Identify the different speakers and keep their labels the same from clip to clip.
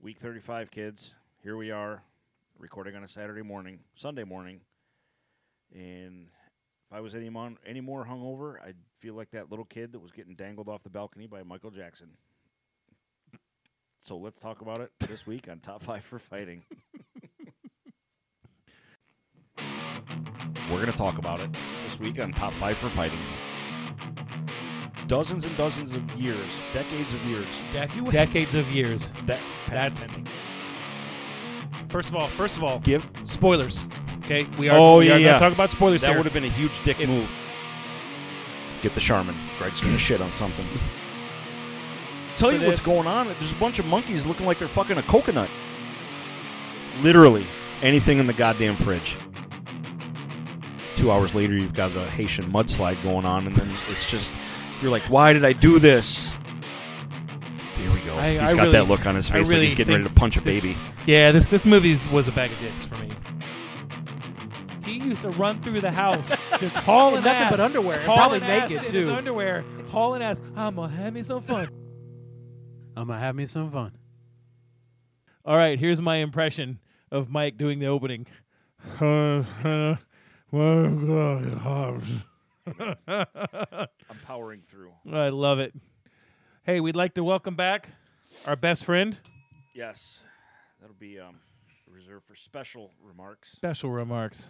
Speaker 1: Week 35, kids. Here we are, recording on a Saturday morning, Sunday morning. And if I was any, mon- any more hungover, I'd feel like that little kid that was getting dangled off the balcony by Michael Jackson. So let's talk about it this week on Top 5 for Fighting. We're going to talk about it this week on Top 5 for Fighting. Dozens and dozens of years, decades of years.
Speaker 2: decades of years.
Speaker 1: That,
Speaker 2: That's- First of all, first of all,
Speaker 1: give.
Speaker 2: spoilers. Okay, we are.
Speaker 1: Oh,
Speaker 2: we
Speaker 1: yeah,
Speaker 2: are
Speaker 1: yeah.
Speaker 2: Gonna talk about spoilers
Speaker 1: That
Speaker 2: here.
Speaker 1: would have been a huge dick
Speaker 2: If-
Speaker 1: move. Get the Charmin. Greg's gonna shit on something. Tell
Speaker 2: For
Speaker 1: you what's
Speaker 2: this-
Speaker 1: going on. There's a bunch of monkeys looking like they're fucking a coconut. Literally anything in the goddamn fridge. Two hours later, you've got the Haitian mudslide going on, and then it's just you're like, why did I do this? Here we go.
Speaker 2: I-
Speaker 1: He's
Speaker 2: I
Speaker 1: got
Speaker 2: really-
Speaker 1: that look on his
Speaker 2: I
Speaker 1: face like
Speaker 2: really
Speaker 1: he's getting ready to
Speaker 2: think
Speaker 1: punch a
Speaker 2: this-
Speaker 1: baby.
Speaker 2: Yeah, this this movie was a bag of dicks for me.
Speaker 3: He used to run through the house just hauling
Speaker 2: In nothing
Speaker 3: ass,
Speaker 2: but underwear, and
Speaker 3: hauling
Speaker 2: probably
Speaker 3: ass
Speaker 2: naked,
Speaker 3: in his
Speaker 2: too.
Speaker 3: underwear, hauling ass.
Speaker 2: Um,
Speaker 3: I'm gonna have me some fun. I'm gonna have me some fun. All right, here's my impression of Mike doing the opening. I
Speaker 1: I'm powering through.
Speaker 3: love it. Hey, we'd like to welcome back our best friend.
Speaker 1: Yes, that'll be um, reserved for special remarks.
Speaker 3: special remarks.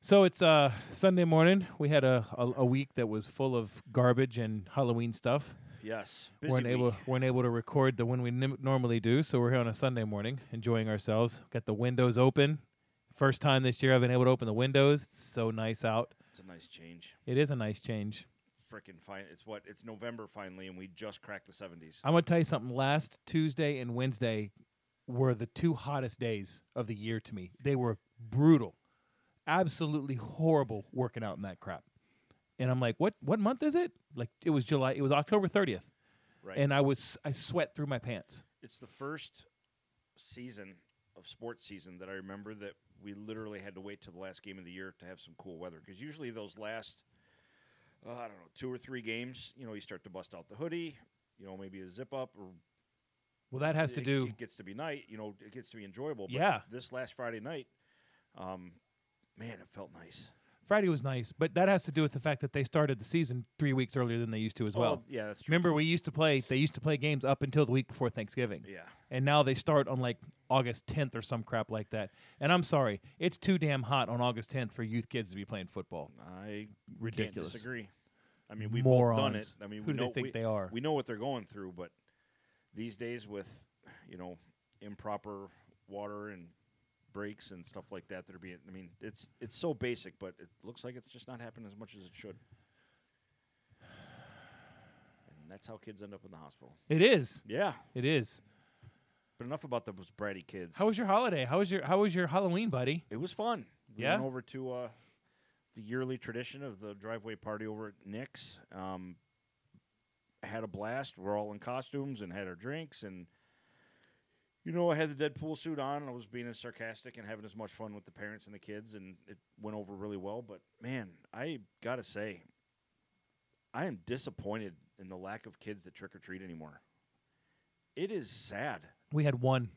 Speaker 3: So it's uh, Sunday morning. We had a, a a week that was full of garbage and Halloween stuff.
Speaker 1: Yes, busy
Speaker 3: weren't able
Speaker 1: week.
Speaker 3: weren't able to record the when we nim- normally do. So we're here on a Sunday morning, enjoying ourselves. Got the windows open. First time this year I've been able to open the windows. It's so nice out.
Speaker 1: It's a nice change.
Speaker 3: It is a nice change.
Speaker 1: Freaking fine. It's what it's November finally, and we just cracked the seventies.
Speaker 3: I'm gonna tell you something. Last Tuesday and Wednesday were the two hottest days of the year to me. They were brutal, absolutely horrible working out in that crap. And I'm like, what? What month is it? Like it was July. It was October 30th,
Speaker 1: Right.
Speaker 3: and I was I sweat through my pants.
Speaker 1: it's the first season of sports season that I remember that we literally had to wait till the last game of the year to have some cool weather because usually those last uh, I don't know two or three games, you know, you start to bust out the hoodie, you know, maybe a zip up or
Speaker 3: Well, that has to
Speaker 1: it-
Speaker 3: do.
Speaker 1: It gets to be night. You know, it gets to be enjoyable. But
Speaker 3: Yeah.
Speaker 1: This last Friday night, um, man, it felt nice.
Speaker 3: Friday was nice, but that has to do with the fact that they started the season three weeks earlier than they used to as well.
Speaker 1: Oh, yeah, that's true.
Speaker 3: Remember, we used to play. They used to play games up until the week before Thanksgiving.
Speaker 1: Yeah.
Speaker 3: and now they start on like August 10th or some crap like that. And I'm sorry, it's too damn hot on August 10th for youth kids to be playing football.
Speaker 1: I
Speaker 3: Ridiculous.
Speaker 1: Can't disagree. I mean, we've both done it.
Speaker 3: Morons.
Speaker 1: I mean,
Speaker 3: Who
Speaker 1: we
Speaker 3: do they
Speaker 1: know,
Speaker 3: think
Speaker 1: we,
Speaker 3: they are?
Speaker 1: We know what they're going through, but these days with you know improper water and breaks and stuff like that, that are being. I mean, it's it's so basic, but it looks like it's just not happening as much as it should. And that's how kids end up in the hospital.
Speaker 3: It is.
Speaker 1: Yeah,
Speaker 3: It is.
Speaker 1: but enough about the bratty kids.
Speaker 3: How was your holiday? How was your How was your Halloween, buddy?
Speaker 1: It was fun. We
Speaker 3: Yeah?
Speaker 1: went over to uh, the yearly tradition of the driveway party over at Nick's. Um, had a blast. We're all in costumes and had our drinks and. You know, I had the Deadpool suit on, and I was being as sarcastic and having as much fun with the parents and the kids, and it went over really well. But man, I gotta say, I am disappointed in the lack of kids that trick or treat anymore. It is sad.
Speaker 3: We had one.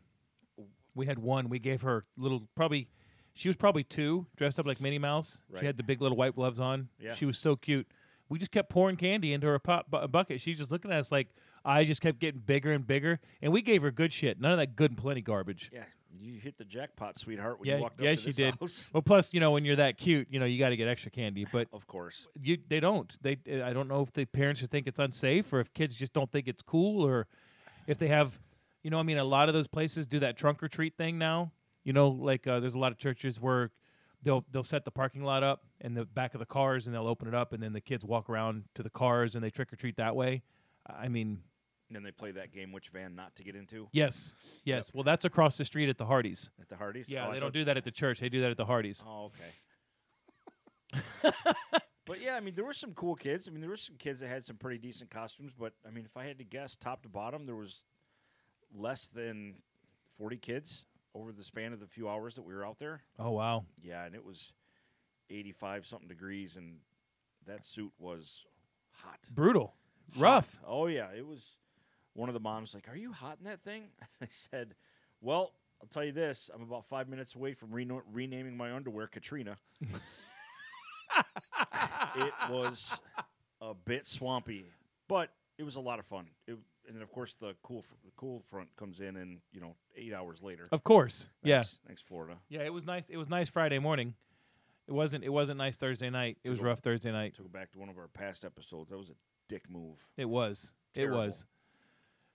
Speaker 3: We had one. We gave her little probably. She was probably two, dressed up like Minnie Mouse.
Speaker 1: Right.
Speaker 3: She had the big little white gloves on.
Speaker 1: Yeah.
Speaker 3: She was so cute. We just kept pouring candy into her pop bu- bucket. She's just looking at us like eyes just kept getting bigger and bigger. And we gave her good shit. None of that good and plenty garbage.
Speaker 1: Yeah, you hit the jackpot, sweetheart. When
Speaker 3: yeah,
Speaker 1: you walked
Speaker 3: yeah,
Speaker 1: up to
Speaker 3: she
Speaker 1: this
Speaker 3: did.
Speaker 1: house.
Speaker 3: Well, plus, you know, when you're that cute, you know, you got to get extra candy. But
Speaker 1: Of course.
Speaker 3: you, they don't. They, I don't know if the parents who think it's unsafe, or if kids just don't think it's cool, or if they have, you know, I mean, a lot of those places do that trunk or treat thing now. You know, like uh, there's a lot of churches where they'll they'll set the parking lot up in the back of the cars, and they'll open it up, and then the kids walk around to the cars, and they trick or treat that way. I I mean,
Speaker 1: And then they play that game, which van not to get into
Speaker 3: yes, yes. Well, that's across the street at the Hardys.
Speaker 1: at the Hardys.
Speaker 3: Yeah,
Speaker 1: Oh, I
Speaker 3: they don't
Speaker 1: thought-
Speaker 3: do that at the church. They do that at the Hardys.
Speaker 1: Oh, okay. Oh, but yeah, I mean, there were some cool kids. I mean, there were some kids that had some pretty decent costumes. But I mean, if I had to guess, top to bottom, there was less than forty kids over the span of the few hours that we were out there.
Speaker 3: Oh wow.
Speaker 1: Yeah, and it was eighty-five something degrees, and that suit was hot.
Speaker 3: brutal,
Speaker 1: Hot.
Speaker 3: rough.
Speaker 1: Oh yeah, it was one of the moms was like, "Are you hot in that thing?" I said, "Well, I'll tell you this. I'm about five minutes away from reno- renaming my underwear Katrina. it was a bit swampy, but it was a lot of fun. It, and then, of course, the cool fr- the cool front comes in, and you know, eight hours later.
Speaker 3: Of course. Oh, Yeah.
Speaker 1: Thanks, thanks, Florida.
Speaker 3: Yeah, it was nice. It was nice Friday morning. It wasn't it wasn't nice Thursday night. It was
Speaker 1: go-
Speaker 3: rough Thursday night.
Speaker 1: To go back to one of our past episodes, that was a dick move.
Speaker 3: It was.
Speaker 1: Terrible.
Speaker 3: It was.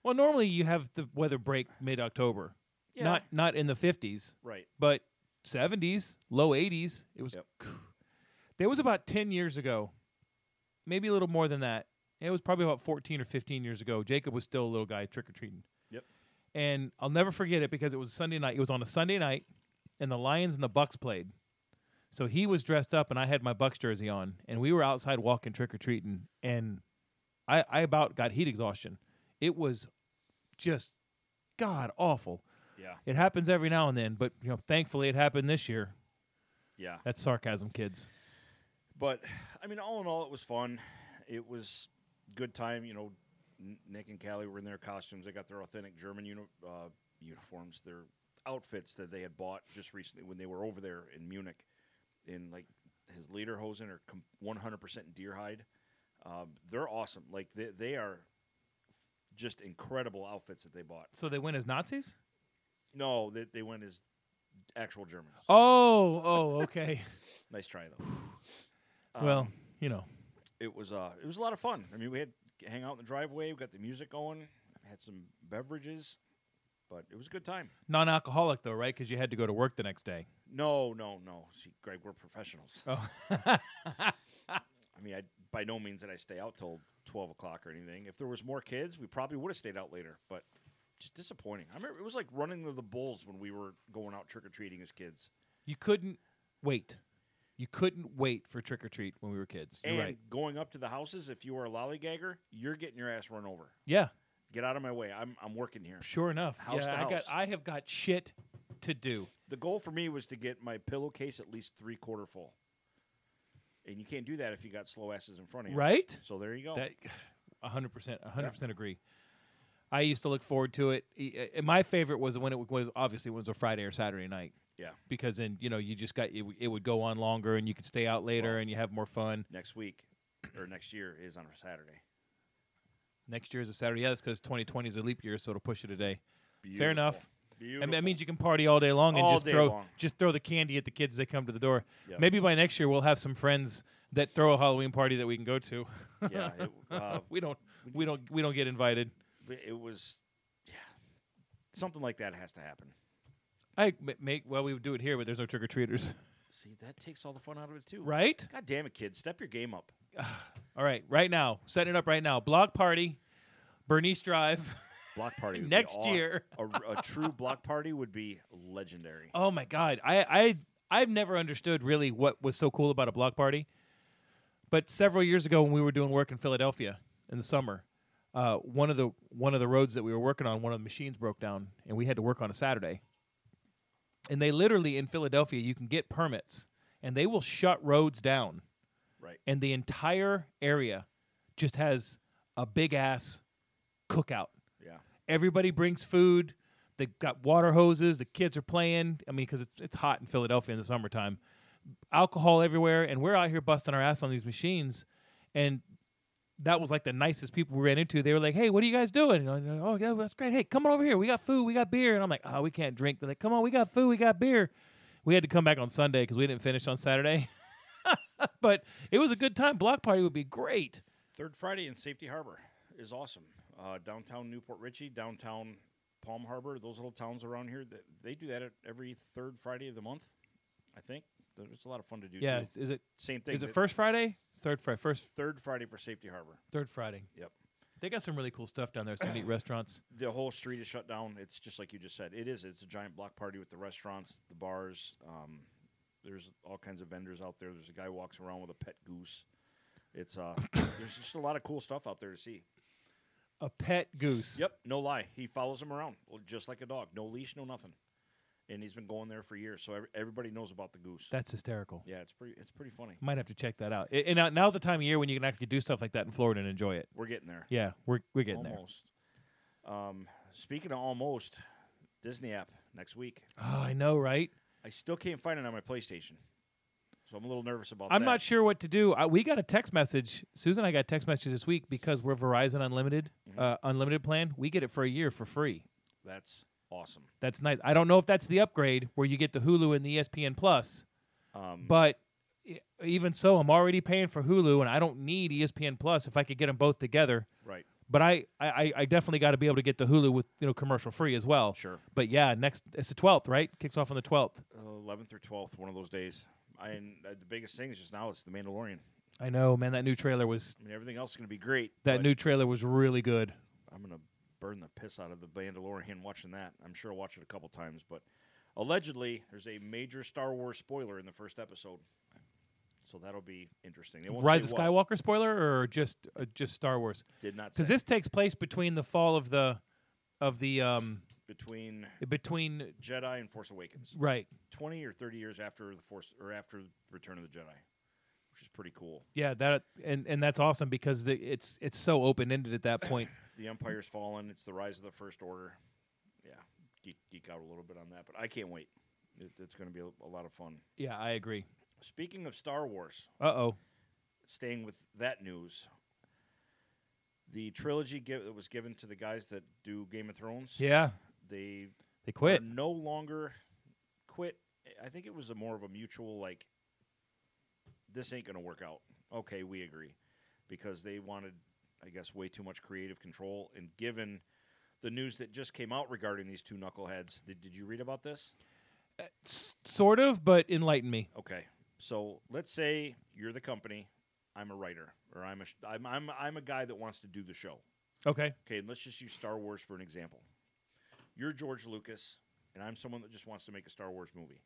Speaker 3: Well, normally you have the weather break mid-October. Not not in the 50s,
Speaker 1: right.
Speaker 3: but 70s, low 80s. It was
Speaker 1: Yep.
Speaker 3: There was about 10 years ago. Maybe a little more than that. It was probably about 14 or 15 years ago. Jacob was still a little guy trick or treating.
Speaker 1: Yep.
Speaker 3: And I'll never forget it because it was Sunday night. It was on a Sunday night and the Lions and the Bucks played. So he was dressed up and I had my Bucks jersey on and we were outside walking trick or treating and I, I about got heat exhaustion. It was just god awful.
Speaker 1: Yeah.
Speaker 3: It happens every now and then, but you know, thankfully it happened this year.
Speaker 1: Yeah.
Speaker 3: That's sarcasm, kids.
Speaker 1: But I mean, all in all, it was fun. It was good time. You know, N- Nick and Callie were in their costumes. They got their authentic German uni- uh, uniforms, their outfits that they had bought just recently when they were over there in Munich. In like his lederhosen are com- 100% deer hide. Um, they're awesome. Like they they are just incredible outfits that they bought.
Speaker 3: So they went as Nazis?
Speaker 1: No, they, they went as actual Germans.
Speaker 3: Oh, oh, okay.
Speaker 1: Nice try though. Um,
Speaker 3: well, you know.
Speaker 1: it was uh it was a lot of fun. I mean, we had hang out in the driveway, we got the music going, had some beverages, but it was a good time.
Speaker 3: Non-alcoholic though, right? Cuz you had to go to work the next day.
Speaker 1: No, no, no. See, Greg, we're professionals.
Speaker 3: Oh.
Speaker 1: I mean, I by no means did I stay out till twelve o'clock or anything. If there was more kids, we probably would have stayed out later, but just disappointing. I remember it was like running to the bulls when we were going out trick or treating as kids,
Speaker 3: You couldn't wait. You couldn't wait for trick or treat when we were kids. You're
Speaker 1: and
Speaker 3: right.
Speaker 1: going up to the houses. If you were a lollygagger, you're getting your ass run over.
Speaker 3: Yeah,
Speaker 1: Get out of my way. I'm I'm working here.
Speaker 3: sure enough.
Speaker 1: House
Speaker 3: yeah,
Speaker 1: to
Speaker 3: I got
Speaker 1: house.
Speaker 3: I have got shit to do.
Speaker 1: The goal for me was to get my pillowcase at least three quarter full. And you can't do that if you got slow asses in front of you.
Speaker 3: Right?
Speaker 1: So there you go.
Speaker 3: That 100%, 100% agree. I used to look forward to it. E- e- My favorite was when it was obviously when it was a Friday or Saturday night
Speaker 1: yeah.
Speaker 3: because then, you know, you just got it, w- it would go on longer and you could stay out later and you have more fun.
Speaker 1: Next week or next year is on a Saturday.
Speaker 3: Next year is a Saturday. Yeah, that's because 2020 is a leap year, so it'll push it a day. Fair enough.
Speaker 1: Beautiful.
Speaker 3: And that means you can party all day long and
Speaker 1: All
Speaker 3: just
Speaker 1: day
Speaker 3: throw
Speaker 1: long.
Speaker 3: just throw the candy at the kids that come to the door.
Speaker 1: Yeah.
Speaker 3: Maybe by next year we'll have some friends that throw a Halloween party that we can go to.
Speaker 1: yeah. It, uh,
Speaker 3: we don't we don't we don't get invited.
Speaker 1: it was, yeah. Something like that has to happen.
Speaker 3: I ma- make well we would do it here, but there's no trick or treaters,
Speaker 1: See, that takes all the fun out of it, too.
Speaker 3: right?
Speaker 1: God damn it, kids. Step your game up.
Speaker 3: All right, right now, setting it up right now. Block party, Bernice Drive.
Speaker 1: Block party. would be
Speaker 3: Next
Speaker 1: aw-
Speaker 3: year.
Speaker 1: A, a true block party would be legendary.
Speaker 3: Oh my God, I I I've never understood really what was so cool about a block party. But several years ago, when we were doing work in Philadelphia in the summer, uh, one of the one of the roads that we were working on, one of the machines broke down, and we had to work on a Saturday. And they literally in Philadelphia, you can get permits, and they will shut roads down,
Speaker 1: Right.
Speaker 3: and the entire area just has a big ass cookout.
Speaker 1: Yeah.
Speaker 3: Everybody brings food. They've got water hoses. The kids are playing. I mean, because it's, it's hot in Philadelphia in the summertime. Alcohol everywhere. And we're out here busting our ass on these machines. And that was like the nicest people we ran into. They were like, hey, what are you guys doing? And I'm like, oh, yeah, that's great. Hey, come on over here. We got food. We got beer. And I'm like, oh, we can't drink. They're like, come on, we got food. We got beer. We had to come back on Sunday because we didn't finish on Saturday. but it was a good time. Block party would be great.
Speaker 1: Third Friday in Safety Harbor is awesome. Uh, downtown Newport Richey, downtown Palm Harbor, those little towns around here, th- they do that at every third Friday of the month, I think. Th- It's a lot of fun to do.
Speaker 3: Yeah.
Speaker 1: too.
Speaker 3: Is, is it
Speaker 1: same thing.
Speaker 3: is it
Speaker 1: the
Speaker 3: first Friday? Third Friday. First,
Speaker 1: Third Friday for Safety Harbor.
Speaker 3: third Friday.
Speaker 1: Yep.
Speaker 3: They got some really cool stuff down there. Some neat restaurants.
Speaker 1: The whole street is shut down. It's just like you just said. It is. It's a giant block party with the restaurants, the bars. Um, there's all kinds of vendors out there. There's a guy walks around with a pet goose. It's uh, there's just a lot of cool stuff out there to see.
Speaker 3: A pet goose.
Speaker 1: Yep, no lie. He follows him around well, just like a dog. No leash, no nothing. And he's been going there for years, so every, everybody knows about the goose.
Speaker 3: That's hysterical.
Speaker 1: yeah, it's pretty. It's pretty funny.
Speaker 3: Might have to check that out. I- And now- now's the time of year when you can actually do stuff like that in Florida and enjoy it.
Speaker 1: We're getting there.
Speaker 3: Yeah, we're we're getting
Speaker 1: almost. Um, speaking of almost, Disney app next week.
Speaker 3: Oh, I know, right?
Speaker 1: I still can't find it on my PlayStation, so I'm a little nervous about
Speaker 3: I'm
Speaker 1: that.
Speaker 3: not sure what to do. I, we got a text message. Susan and I got text messages this week because we're Verizon Unlimited,
Speaker 1: Mm-hmm.
Speaker 3: uh, unlimited plan. We get it for a year for free.
Speaker 1: That's awesome.
Speaker 3: That's nice. I don't know if that's the upgrade where you get the Hulu and the E ESPN Plus,
Speaker 1: Um,
Speaker 3: but e- even so, I'm already paying for Hulu and I don't need E ESPN Plus if I could get them both together.
Speaker 1: right.
Speaker 3: But I, I- I, I definitely got to be able to get the Hulu with you know commercial free as well.
Speaker 1: Sure.
Speaker 3: But yeah, next it's the 12th, right? Kicks off on the 12th.
Speaker 1: Eleventh or twelfth, one of those days. I, and uh, the biggest thing is just now it's the Mandalorian.
Speaker 3: I know, man. That new trailer was
Speaker 1: I mean, everything else is going to be great.
Speaker 3: that
Speaker 1: but
Speaker 3: new trailer was really good.
Speaker 1: I'm going to burn the piss out of the Mandalorian watching that. I'm sure I'll watch it a couple times, but allegedly there's a major Star Wars spoiler in the first episode, so that'll be interesting. They won't
Speaker 3: Rise of
Speaker 1: say what.
Speaker 3: Skywalker spoiler or just uh, just Star Wars?
Speaker 1: Did not say
Speaker 3: Because this takes place between the fall of the of the um
Speaker 1: between
Speaker 3: between
Speaker 1: Jedi and Force Awakens,
Speaker 3: right.
Speaker 1: twenty or thirty years after the Force or after Return of the Jedi, which is pretty cool.
Speaker 3: Yeah, that and and that's awesome because the, it's it's so open ended at that point.
Speaker 1: The Empire's fallen. It's the rise of the First Order. Yeah, geek, geek out a little bit on that, but I can't wait. It, it's going to be a, a lot of fun.
Speaker 3: yeah, I agree.
Speaker 1: Speaking of Star Wars,
Speaker 3: Uh oh.
Speaker 1: staying with that news, the trilogy gi- that was given to the guys that do Game of Thrones,
Speaker 3: Yeah,
Speaker 1: they
Speaker 3: they
Speaker 1: are
Speaker 3: quit.
Speaker 1: no longer quit. I think it was a more of a mutual like, this ain't going to work out. Okay, we agree, because they wanted, I guess, way too much creative control. And given the news that just came out regarding these two knuckleheads, did, did you read about this?
Speaker 3: Uh, S- sort of, but enlighten me.
Speaker 1: Okay. So let's say you're the company. I'm a writer, or I'm a sh- I'm, I'm I'm a guy that wants to do the show.
Speaker 3: Okay.
Speaker 1: Okay, and let's just use Star Wars for an example. You're George Lucas, and I'm someone that just wants to make a Star Wars movie.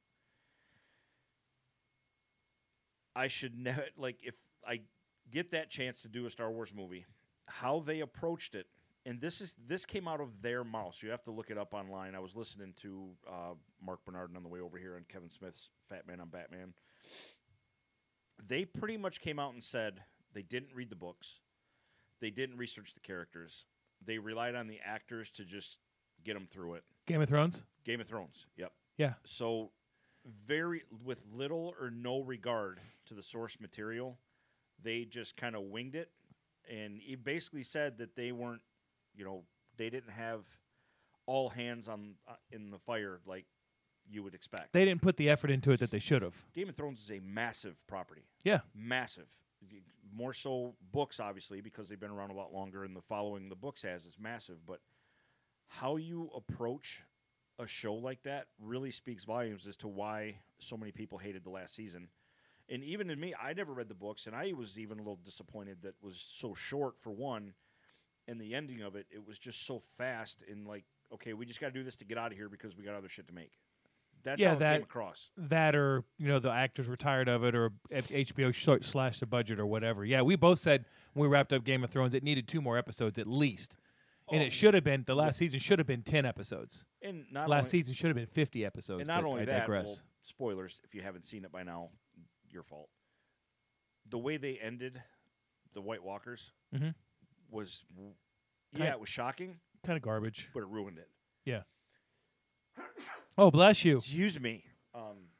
Speaker 1: I should never like if I get that chance to do a Star Wars movie, how they approached it, and this is this came out of their mouth. So you have to look it up online. I was listening to uh, Mark Bernardin on the way over here and Kevin Smith's Fat Man on Batman. They pretty much came out and said they didn't read the books they didn't research the characters. They relied on the actors to just get them through it.
Speaker 3: Game of Thrones.
Speaker 1: Game of Thrones. Yep.
Speaker 3: Yeah.
Speaker 1: So very with little or no regard to the source material, they just kind of winged it and he basically said that they weren't, you know, they didn't have all hands on uh, in the fire like you would expect.
Speaker 3: They didn't put the effort into it that they should have.
Speaker 1: Game of Thrones is a massive property
Speaker 3: Yeah.
Speaker 1: massive. Y- More so books, obviously, because they've been around a lot longer, and the following the books has is massive. But how you approach a show like that really speaks volumes as to why so many people hated the last season. And even in me, I never read the books, and I was even a little disappointed that it was so short for one, and the ending of it, it was just so fast and like, okay, we just got to do this to get out of here because we got other shit to make. That's
Speaker 3: Yeah,
Speaker 1: how it
Speaker 3: that-
Speaker 1: came across.
Speaker 3: that or you know the actors were tired of it or F- HBO short slashed the budget or whatever. Yeah, we both said when we wrapped up Game of Thrones it needed two more episodes at least. And
Speaker 1: Oh.
Speaker 3: it should have been the last season should have been 10 episodes.
Speaker 1: And not
Speaker 3: last
Speaker 1: only-
Speaker 3: season should have been 50 episodes.
Speaker 1: And not
Speaker 3: but
Speaker 1: only
Speaker 3: I
Speaker 1: that,
Speaker 3: digress.
Speaker 1: well, spoilers. If you haven't seen it by now, your fault. The way they ended the White Walkers
Speaker 3: Mhm.
Speaker 1: was, w-
Speaker 3: Kind-
Speaker 1: yeah, it was shocking,
Speaker 3: kind of garbage.
Speaker 1: but it ruined it.
Speaker 3: Oh, bless you.
Speaker 1: Excuse me. Um,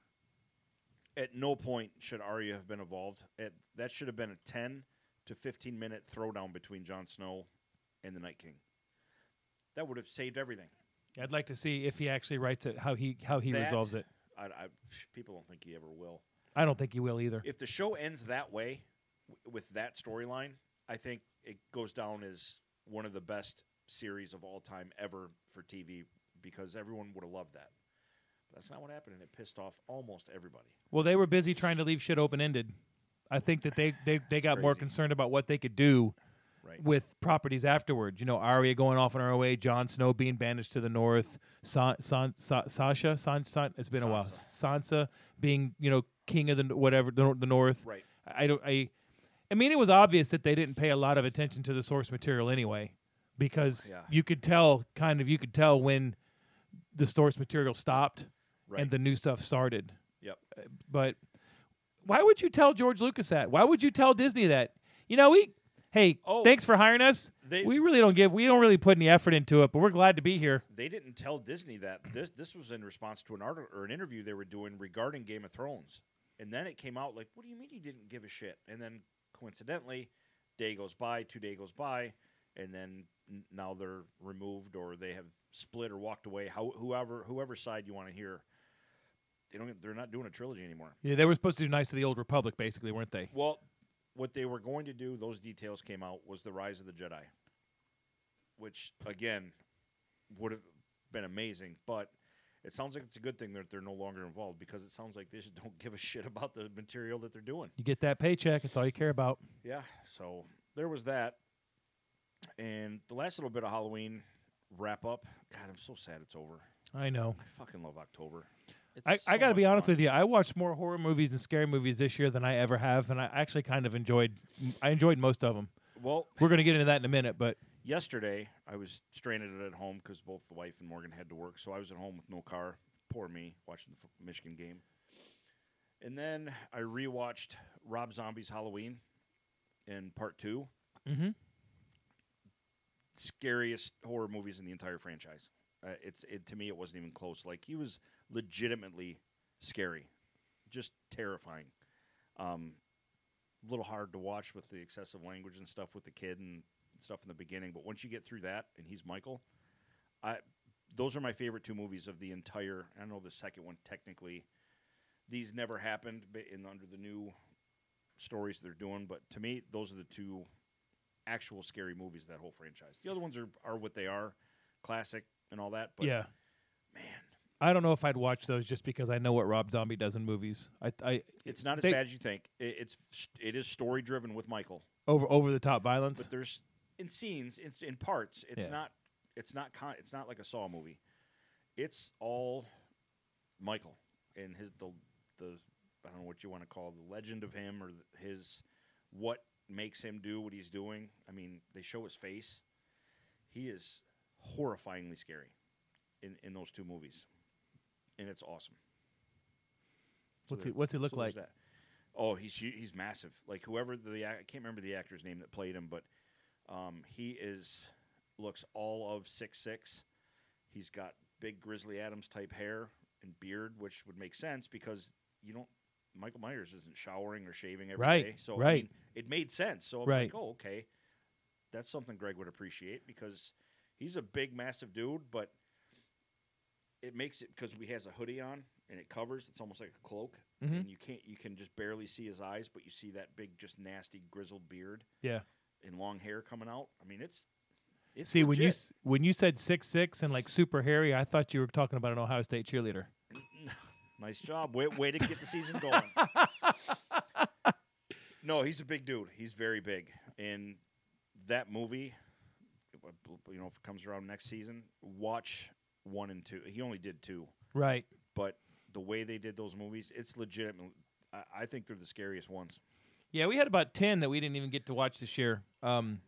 Speaker 1: at no point should Arya have been involved. At, that should have been a ten to fifteen minute throwdown between Jon Snow and the Night King. That would have saved everything.
Speaker 3: I'd like to see if he actually writes it how he how he
Speaker 1: That-
Speaker 3: resolves it.
Speaker 1: I, I, people don't think he ever will.
Speaker 3: I don't think he will either.
Speaker 1: if the show ends that way w- with that storyline, I think it goes down as one of the best series of all time ever for TV because everyone would have loved that. But that's not what happened, and it pissed off almost everybody.
Speaker 3: Well, they were busy trying to leave shit open ended. I think that they they, they got more
Speaker 1: crazy.
Speaker 3: concerned about what they could do
Speaker 1: Right.
Speaker 3: with properties afterwards. You know, Arya going off on her way, Jon Snow being banished to the north, San, San, Sa, Sasha, San, San, it's been a while, Sansa being you know king of the n- whatever the, nor- the north.
Speaker 1: Right.
Speaker 3: I I don't. I. I mean, it was obvious that they didn't pay a lot of attention to the source material anyway, because
Speaker 1: Yeah.
Speaker 3: you could tell kind of you could tell when the source material stopped
Speaker 1: Right.
Speaker 3: and the new stuff started
Speaker 1: Yep.
Speaker 3: but why would you tell George Lucas that? Why would you tell Disney that? You know, we hey,
Speaker 1: Oh.
Speaker 3: thanks for hiring us.
Speaker 1: They-
Speaker 3: we really don't give, we don't really put any effort into it, but we're glad to be here.
Speaker 1: They didn't tell Disney that this this was in response to an article or an interview they were doing regarding Game of Thrones, and then it came out like, "What do you mean you didn't give a shit?" And then coincidentally, day goes by, two day goes by, and then n- now they're removed or they have split or walked away. How whoever whoever side you want to hear, they don't they're not doing a trilogy anymore.
Speaker 3: Yeah, they were supposed to do Knights of the Old Republic, basically, weren't they?
Speaker 1: Well, what they were going to do, those details came out, was the Rise of the Jedi, which again would have been amazing. But it sounds like it's a good thing that they're no longer involved because it sounds like they just don't give a shit about the material that they're doing.
Speaker 3: You get that paycheck, it's all you care about.
Speaker 1: Yeah. So there was that, and the last little bit of Halloween wrap up. God, I'm so sad it's over.
Speaker 3: I know.
Speaker 1: I fucking love October. It's
Speaker 3: I, I
Speaker 1: so
Speaker 3: got to be
Speaker 1: much
Speaker 3: honest
Speaker 1: fun.
Speaker 3: with you. I watched more horror movies and scary movies this year than I ever have, and I actually kind of enjoyed. I enjoyed most of them.
Speaker 1: Well,
Speaker 3: We're gonna get into that in a minute, but
Speaker 1: yesterday I was stranded at home because both the wife and Morgan had to work, so I was at home with no car. Poor me, watching the f- Michigan game. And then I rewatched Rob Zombie's Halloween in part 2
Speaker 3: Mhm.
Speaker 1: Scariest horror movies in the entire franchise. Uh, it's it to me, it wasn't even close. Like he was legitimately scary, just terrifying. Um, a little hard to watch with the excessive language and stuff with the kid and stuff in the beginning. But once you get through that, and he's Michael, I those are my favorite two movies of the entire. I know the second one technically, these never happened, but in under the new stories they're doing. But to me, those are the two actual scary movies of that whole franchise. The other ones are are what they are, classic and all that. But
Speaker 3: yeah,
Speaker 1: man,
Speaker 3: I don't know if I'd watch those just because I know what Rob Zombie does in movies. I, I
Speaker 1: it's not as
Speaker 3: They-
Speaker 1: bad as you think. It, it's it is story driven with Michael.
Speaker 3: over over the top violence.
Speaker 1: but there's in scenes in, in parts it's
Speaker 3: Yeah.
Speaker 1: not it's not con- it's not like a saw movie it's all michael and his the the i don't know what you want to call it, the legend of him or th- his what makes him do what he's doing i mean they show his face he is horrifyingly scary in in those two movies and it's awesome
Speaker 3: What's
Speaker 1: there-
Speaker 3: he What's he look
Speaker 1: so
Speaker 3: like?
Speaker 1: there's that. Oh, he's hu- he's massive. Like whoever the ac- I can't remember the actor's name that played him, but um, he is looks all of six six. He's got big Grizzly Adams type hair and beard, which would make sense because you don't. Michael Myers isn't showering or shaving every day,
Speaker 3: Right,
Speaker 1: so I
Speaker 3: right.
Speaker 1: mean, it made sense. So I was
Speaker 3: Right.
Speaker 1: like, oh, okay, that's something Greg would appreciate because he's a big, massive dude, but it makes it because he has a hoodie on and it covers. It's almost like a cloak,
Speaker 3: Mhm.
Speaker 1: and you can't you can just barely see his eyes, but you see that big, just nasty grizzled beard
Speaker 3: Yeah.
Speaker 1: and long hair coming out. I mean, it's it's
Speaker 3: See when you
Speaker 1: legit.
Speaker 3: s- when you said six six and like super hairy, I thought you were talking about an Ohio State cheerleader.
Speaker 1: nice job, way, way to get the season going. no, he's a big dude. He's very big, and that movie, you know, if it comes around next season, watch one and two. He only did two.
Speaker 3: Right.
Speaker 1: but the way they did those movies, it's legitimate. I, I think they're the scariest ones.
Speaker 3: Yeah, we had about ten that we didn't even get to watch this year. Um,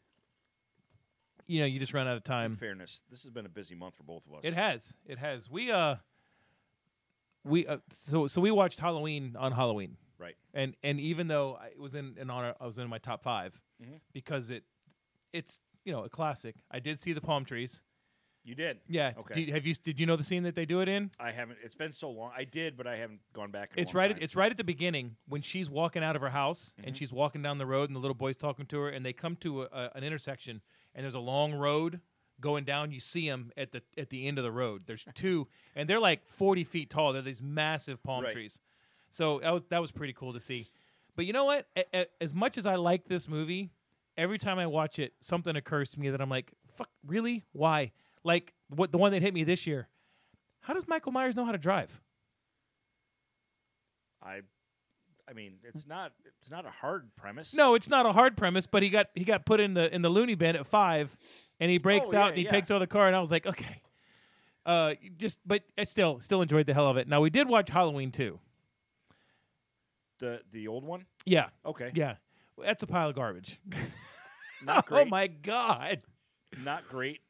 Speaker 3: you know, you just run out of
Speaker 1: In
Speaker 3: time.
Speaker 1: fairness, this has been a busy month for both of us.
Speaker 3: It has. It has. We uh we uh, so so we watched Halloween on Halloween.
Speaker 1: Right.
Speaker 3: And and even though I- it was in in honor I was in my top 5
Speaker 1: Mhm.
Speaker 3: because it it's you know a classic. I did see the palm trees.
Speaker 1: You did.
Speaker 3: Yeah.
Speaker 1: Okay.
Speaker 3: Did, have you did you know the scene that they do it in?
Speaker 1: I haven't. It's been so long. I did, but I haven't gone back. In a
Speaker 3: It's
Speaker 1: long
Speaker 3: right.
Speaker 1: time.
Speaker 3: At, it's right at the beginning when she's walking out of her house and she's walking down the road, and the little boy's talking to her, and they come to a, a, an intersection, and there's a long road going down. You see them at the at the end of the road. There's two, and they're like 40 feet tall. They're these massive palm
Speaker 1: Right.
Speaker 3: trees. So that was that was pretty cool to see. But you know what? A- a- as much as I like this movie, every time I watch it, something occurs to me that I'm like, "Fuck, really? Why?" Like what the one that hit me this year. How does Michael Myers know how to drive?
Speaker 1: I. I mean, it's not. It's not a hard premise.
Speaker 3: No, it's not a hard premise, but he got he got put in the in the loony bin at five, and he breaks
Speaker 1: Oh,
Speaker 3: out
Speaker 1: yeah,
Speaker 3: and he
Speaker 1: yeah.
Speaker 3: takes over the car, and I was like, okay, uh, just but I still still enjoyed the hell of it. Now we did watch Halloween too.
Speaker 1: The the old one.
Speaker 3: Yeah,
Speaker 1: Okay.
Speaker 3: yeah, that's a pile of garbage.
Speaker 1: Not
Speaker 3: oh
Speaker 1: great.
Speaker 3: my god,
Speaker 1: Not great.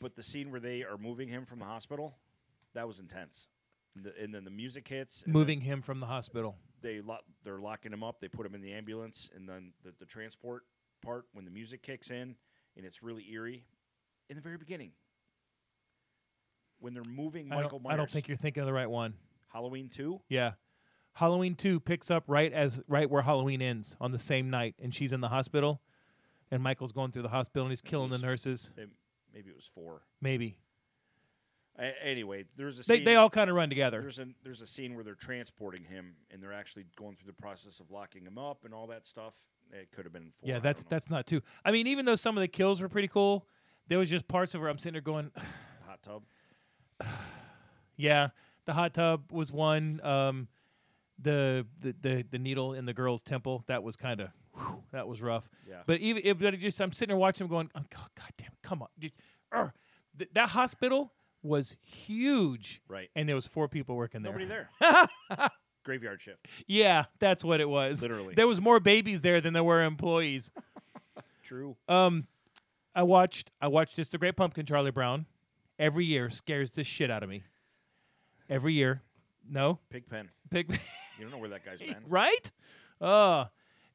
Speaker 1: But the scene where they are moving him from the hospital, that was intense. And, the, and then the music hits. and
Speaker 3: moving him from the hospital.
Speaker 1: they lo- they're locking him up. They put him in the ambulance, and then the, the transport part when the music kicks in and it's really eerie in the very beginning when they're moving
Speaker 3: I
Speaker 1: Michael
Speaker 3: don't,
Speaker 1: Myers.
Speaker 3: I don't think you're thinking of the right one.
Speaker 1: Halloween two.
Speaker 3: Yeah. Halloween 2 picks up right as right where Halloween ends on the same night and she's in the hospital and Michael's going through the hospital and he's killing the
Speaker 1: he's-
Speaker 3: nurses
Speaker 1: eh, Maybe it was four.
Speaker 3: maybe.
Speaker 1: A- anyway, there's a
Speaker 3: They,
Speaker 1: scene,
Speaker 3: they all kind of run together.
Speaker 1: there's a there's a scene where they're transporting him and they're actually going through the process of locking him up and all that stuff. It could have been four. I
Speaker 3: Yeah,
Speaker 1: don't
Speaker 3: that's
Speaker 1: know.
Speaker 3: that's not too. I mean even though some of the kills were pretty cool, there was just parts of where I'm sitting there going,
Speaker 1: The hot tub.
Speaker 3: yeah, the hot tub was one um the the the, the needle in the girl's temple, that was kind of that was rough.
Speaker 1: Yeah.
Speaker 3: But even if but it just I'm sitting there watching him going, oh, God God damn it, come on. Just, er." Th- that hospital was huge.
Speaker 1: Right.
Speaker 3: And there was four people working there.
Speaker 1: Nobody there. Graveyard shift.
Speaker 3: Yeah, that's what it was.
Speaker 1: Literally.
Speaker 3: There was more babies there than there were employees.
Speaker 1: True.
Speaker 3: Um I watched I watched It's the Great Pumpkin Charlie Brown. Every year scares the shit out of me. Every year. No?
Speaker 1: Pigpen.
Speaker 3: Big
Speaker 1: You don't know where that guy's been.
Speaker 3: right? Uh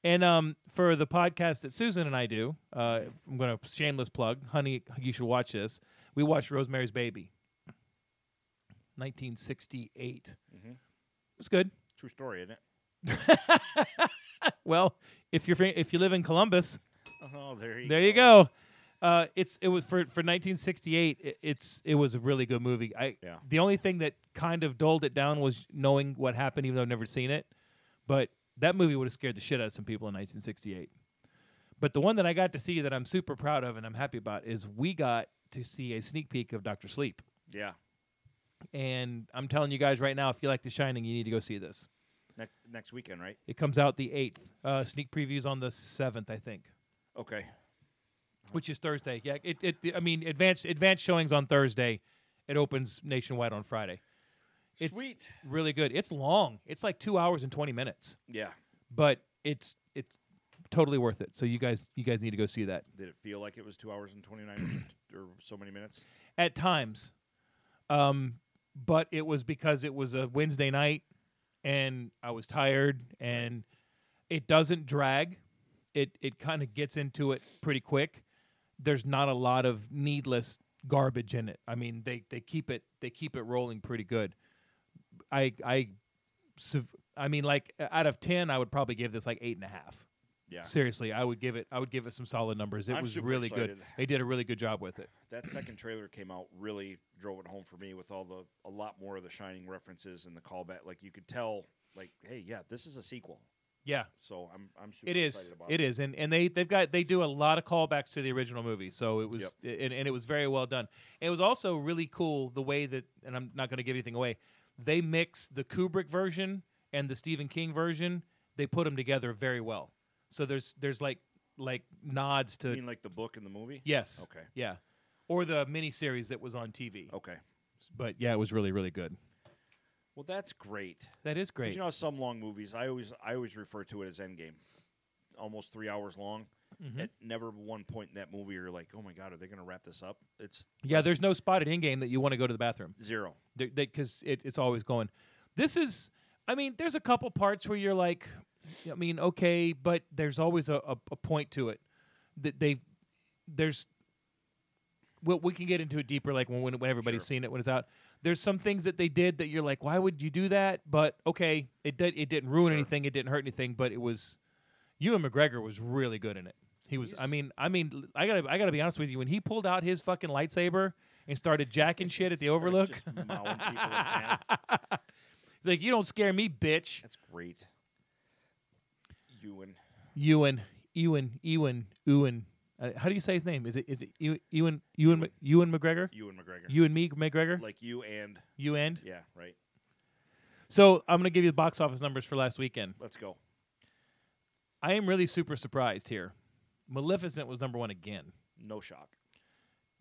Speaker 3: and um for the podcast that Susan and I do, uh I'm going to shameless plug, honey, you should watch this. We watched Rosemary's Baby. 1968.
Speaker 1: Mhm.
Speaker 3: It was good.
Speaker 1: True story, isn't it?
Speaker 3: Well, if you're fr- if you live in Columbus,
Speaker 1: Oh, there you
Speaker 3: Uh-huh, there you go. Uh, it's it was for for 1968. It, it's it was a really good movie. I
Speaker 1: Yeah.
Speaker 3: the only thing that kind of dulled it down was knowing what happened, even though I've never seen it. But that movie would have scared the shit out of some people in 1968. But the one that I got to see that I'm super proud of and I'm happy about is we got to see a sneak peek of Doctor Sleep.
Speaker 1: Yeah.
Speaker 3: And I'm telling you guys right now, if you like The Shining, you need to go see this.
Speaker 1: Next next weekend, right?
Speaker 3: It comes out the eighth. Uh, sneak previews on the seventh, I think.
Speaker 1: Okay.
Speaker 3: which is Thursday. Yeah, it, it I mean advanced advanced showings on Thursday. It opens nationwide on Friday. It's
Speaker 1: Sweet.
Speaker 3: really good. It's long. It's like 2 hours and 20 minutes,
Speaker 1: Yeah.
Speaker 3: but it's it's totally worth it. So you guys you guys need to go see that.
Speaker 1: Did it feel like it was two hours and twenty nine or so many minutes?
Speaker 3: At times um but it was because it was a Wednesday night and I was tired and it doesn't drag. It it kind of gets into it pretty quick. There's not a lot of needless garbage in it. I mean, they they keep it they keep it rolling pretty good. I I sev- I mean, like uh, out of ten, I would probably give this like eight and a half.
Speaker 1: Yeah.
Speaker 3: Seriously, I would give it. I would give it some solid numbers. It
Speaker 1: I'm
Speaker 3: was
Speaker 1: super
Speaker 3: really good.
Speaker 1: excited.
Speaker 3: They did a really good job with it.
Speaker 1: That second trailer came out really drove it home for me with all the a lot more of the shining references and the callback. Like you could tell, like, hey, yeah, this is a sequel.
Speaker 3: Yeah,
Speaker 1: So I'm I'm super
Speaker 3: it is.
Speaker 1: excited about
Speaker 3: It
Speaker 1: it.
Speaker 3: is, and and they they've got they do a lot of callbacks to the original movie. So it was and, and it was very well done. It was also really cool the way that, and I'm not going to give anything away. They mix the Kubrick version and the Stephen King version. They put them together very well. So there's there's like like nods to
Speaker 1: You mean like the book and the movie?
Speaker 3: yes,
Speaker 1: Okay. Oh.
Speaker 3: yeah, or the miniseries that was on TV.
Speaker 1: Okay.
Speaker 3: But yeah, it was really really good.
Speaker 1: Well, that's great. 'Cause
Speaker 3: That is great.
Speaker 1: You know, some long movies, I always I always refer to it as Endgame, almost three hours long.
Speaker 3: Mm-hmm.
Speaker 1: At never one point in that movie you're like, oh my god, are they going to wrap this up? It's
Speaker 3: yeah, there's no spot at in game that you want to go to the bathroom.
Speaker 1: zero.
Speaker 3: because it, it's always going. This is, I mean, there's a couple parts where you're like, I mean, okay, but there's always a, a, a point to it that they, there's, well, we can get into it deeper, like when when, when everybody's
Speaker 1: Sure.
Speaker 3: seen it when it's out. There's some things that they did that you're like, why would you do that? But okay, it did, it didn't ruin
Speaker 1: Sure.
Speaker 3: anything, it didn't hurt anything, but it was, Ewan McGregor was really good in it. He was. I
Speaker 1: He's-
Speaker 3: mean, I mean, l- I gotta, I gotta be honest with you. When he pulled out his fucking lightsaber and started jacking shit at the
Speaker 1: Sorry,
Speaker 3: Overlook,
Speaker 1: just mowing people in half.
Speaker 3: like you don't scare me, bitch.
Speaker 1: That's great. Ewan.
Speaker 3: Ewan, Ewan, Ewan, Ewan. Uh, how do you say his name? Is it is it Ewan Ewan Ewan, Mc- Ewan McGregor?
Speaker 1: Ewan McGregor.
Speaker 3: Ewan me McGregor?
Speaker 1: like you and
Speaker 3: You and
Speaker 1: yeah, right.
Speaker 3: so I'm gonna give you the box office numbers for last weekend.
Speaker 1: Let's go.
Speaker 3: I am really super surprised here. Maleficent was number one again.
Speaker 1: No shock.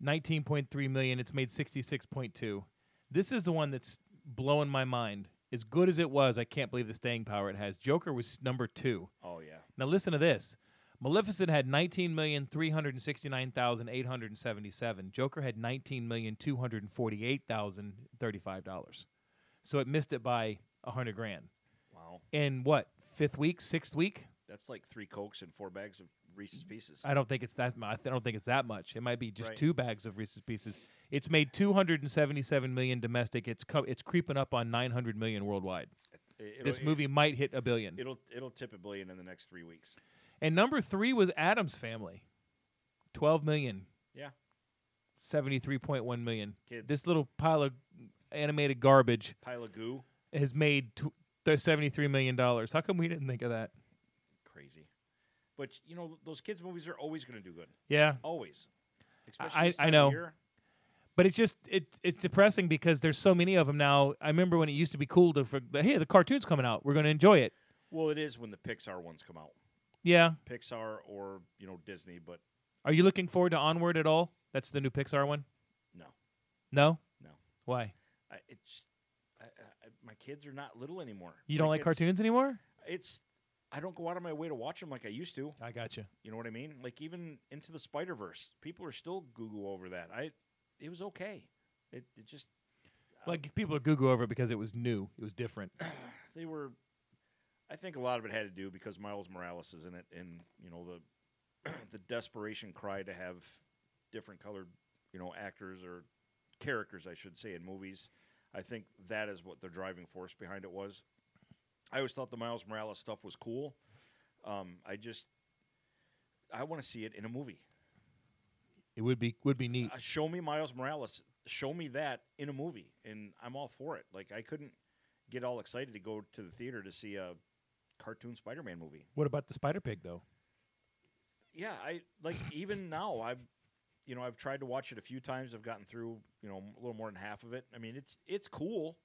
Speaker 3: 19.3 million. It's made 66.2. This is the one that's blowing my mind. As good as it was, I can't believe the staying power it has. Joker was number two.
Speaker 1: Oh yeah.
Speaker 3: Now listen to this. Maleficent had 19,369,877. Joker had 19,248,035. So it missed it by 100 grand.
Speaker 1: Wow.
Speaker 3: In what? Fifth week, sixth week?
Speaker 1: That's like three cokes and four bags of Reese's Pieces.
Speaker 3: I don't think it's that. mu- I don't think it's that much. It might be just
Speaker 1: Right.
Speaker 3: two bags of Reese's Pieces. It's made 277 million domestic. It's co- it's creeping up on 900 million worldwide.
Speaker 1: It-
Speaker 3: this
Speaker 1: it'll-
Speaker 3: movie might hit a billion.
Speaker 1: It, will it'll tip a billion in the next three weeks.
Speaker 3: and number three was Adam's Family, 12 million.
Speaker 1: Yeah.
Speaker 3: 73.1 million.
Speaker 1: Kids.
Speaker 3: This little pile of animated garbage
Speaker 1: Pile of goo.
Speaker 3: has made tw- th- 73 million dollars. How come we didn't think of that?
Speaker 1: Crazy. But you know those kids movies are always going to do good.
Speaker 3: Yeah.
Speaker 1: Always.
Speaker 3: I-
Speaker 1: this
Speaker 3: I
Speaker 1: time of
Speaker 3: know.
Speaker 1: year.
Speaker 3: But it's just it it's depressing because there's so many of them now. I remember when it used to be cool to for, hey the cartoon's coming out, we're going to enjoy it.
Speaker 1: Well, it is when the Pixar ones come out.
Speaker 3: Yeah.
Speaker 1: Pixar or you know Disney, but
Speaker 3: Are you looking forward to Onward at all? That's the new Pixar one.
Speaker 1: no,
Speaker 3: No.
Speaker 1: No.
Speaker 3: Why?
Speaker 1: I, it's I, I, my kids are not little anymore.
Speaker 3: You don't like
Speaker 1: it's-
Speaker 3: cartoons anymore?
Speaker 1: It's I don't go out of my way to watch them like I used to.
Speaker 3: I got you.
Speaker 1: You know what I mean? Like even into the Spider Verse, people are still goo goo over that. I it was okay. It, it just
Speaker 3: Like people are goo over it because it was new, it was different.
Speaker 1: they were I think a lot of it had to do because Miles Morales is in it and you know the the desperation cry to have different colored, you know, actors or characters I should say in movies. I think that is what the driving force behind it was. I always thought the Miles Morales stuff was cool. Um, I just I want to see it in a movie.
Speaker 3: It would be would be neat.
Speaker 1: Uh, show me Miles Morales. Show me that in a movie, and I'm all for it. Like I couldn't get all excited to go to the theater to see a cartoon Spider-Man movie.
Speaker 3: What about the Spider Pig though?
Speaker 1: Yeah, I like even now I've you know I've tried to watch it a few times. I've gotten through you know a little more than half of it. I mean it's it's cool,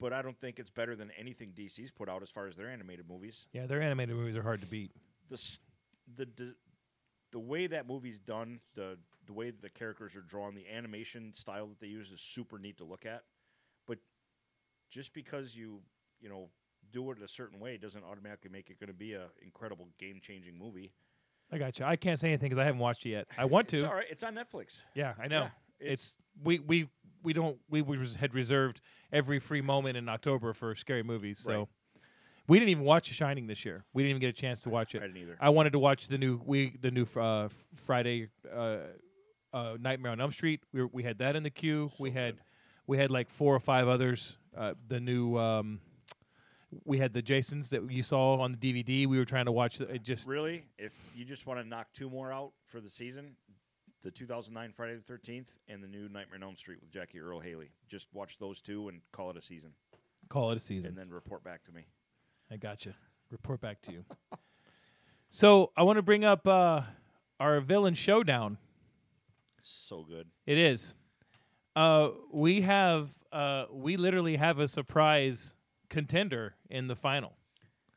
Speaker 1: but I don't think it's better than anything DC's put out as far as their animated movies.
Speaker 3: Yeah, their animated movies are hard to beat.
Speaker 1: the s- the d- the way that movie's done, the the way that the characters are drawn, the animation style that they use is super neat to look at. But just because you you know do it a certain way doesn't automatically make it going to be a incredible game changing movie.
Speaker 3: I got you. I can't say anything because I haven't watched it yet. I want
Speaker 1: It's
Speaker 3: to.
Speaker 1: all right. It's on Netflix.
Speaker 3: Yeah, I know.
Speaker 1: Yeah,
Speaker 3: it's, we we we don't we, we res- had reserved every free moment in October for scary movies. So
Speaker 1: Right.
Speaker 3: we didn't even watch The Shining this year. We didn't even get a chance to watch it.
Speaker 1: I didn't either.
Speaker 3: I wanted to watch the new we the new uh, f- Friday uh, uh, Nightmare on Elm Street. We were, we had that in the queue. we had we had like four or five others. Uh, the new um, we had the Jasons that you saw on the DVD. We were trying to watch. the- It just
Speaker 1: Really, if you just want to knock two more out for the season, the 2009 Friday the 13th and the new Nightmare on Elm Street with Jackie Earl Haley, just watch those two and call it a season,
Speaker 3: call it a season.
Speaker 1: and then report back to me.
Speaker 3: I gotcha. Report back to you. so I want to bring up uh, our villain showdown.
Speaker 1: So good.
Speaker 3: It is. Uh, we have uh, we literally have a surprise contender in the final.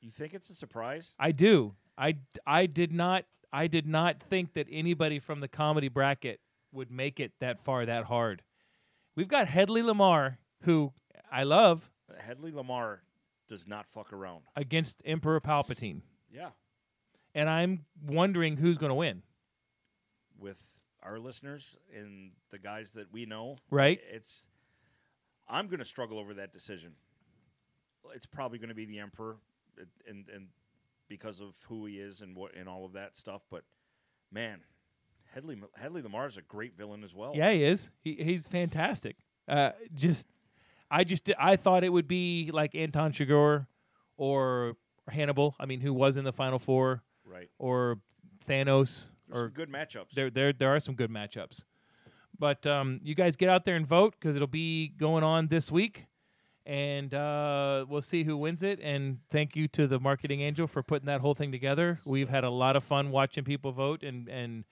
Speaker 1: You think it's a surprise?
Speaker 3: I do. I I did not I did not think that anybody from the comedy bracket would make it that far that hard. We've got Headley Lamar, who I love,
Speaker 1: Headley Lamar does not fuck around.
Speaker 3: against Emperor Palpatine,
Speaker 1: Yeah.
Speaker 3: and I'm wondering who's going to win.
Speaker 1: With our listeners and the guys that we know,
Speaker 3: Right?
Speaker 1: It's I'm going to struggle over that decision. It's probably going to be the emperor, it- and and because of who he is and what and all of that stuff. But man, Headley Headley Lamar is a great villain as well.
Speaker 3: Yeah, he is. He, he's fantastic. Uh, just, I just, I thought it would be like Anton Chigurh or Hannibal. I mean, who was in the Final Four
Speaker 1: Right.
Speaker 3: or Thanos?
Speaker 1: There's
Speaker 3: Or
Speaker 1: some good matchups.
Speaker 3: there, there, there are some good matchups. But um, you guys get out there and vote because it'll be going on this week, and uh, we'll see who wins it. And thank you to the marketing angel for putting that whole thing together. We've had a lot of fun watching people vote and and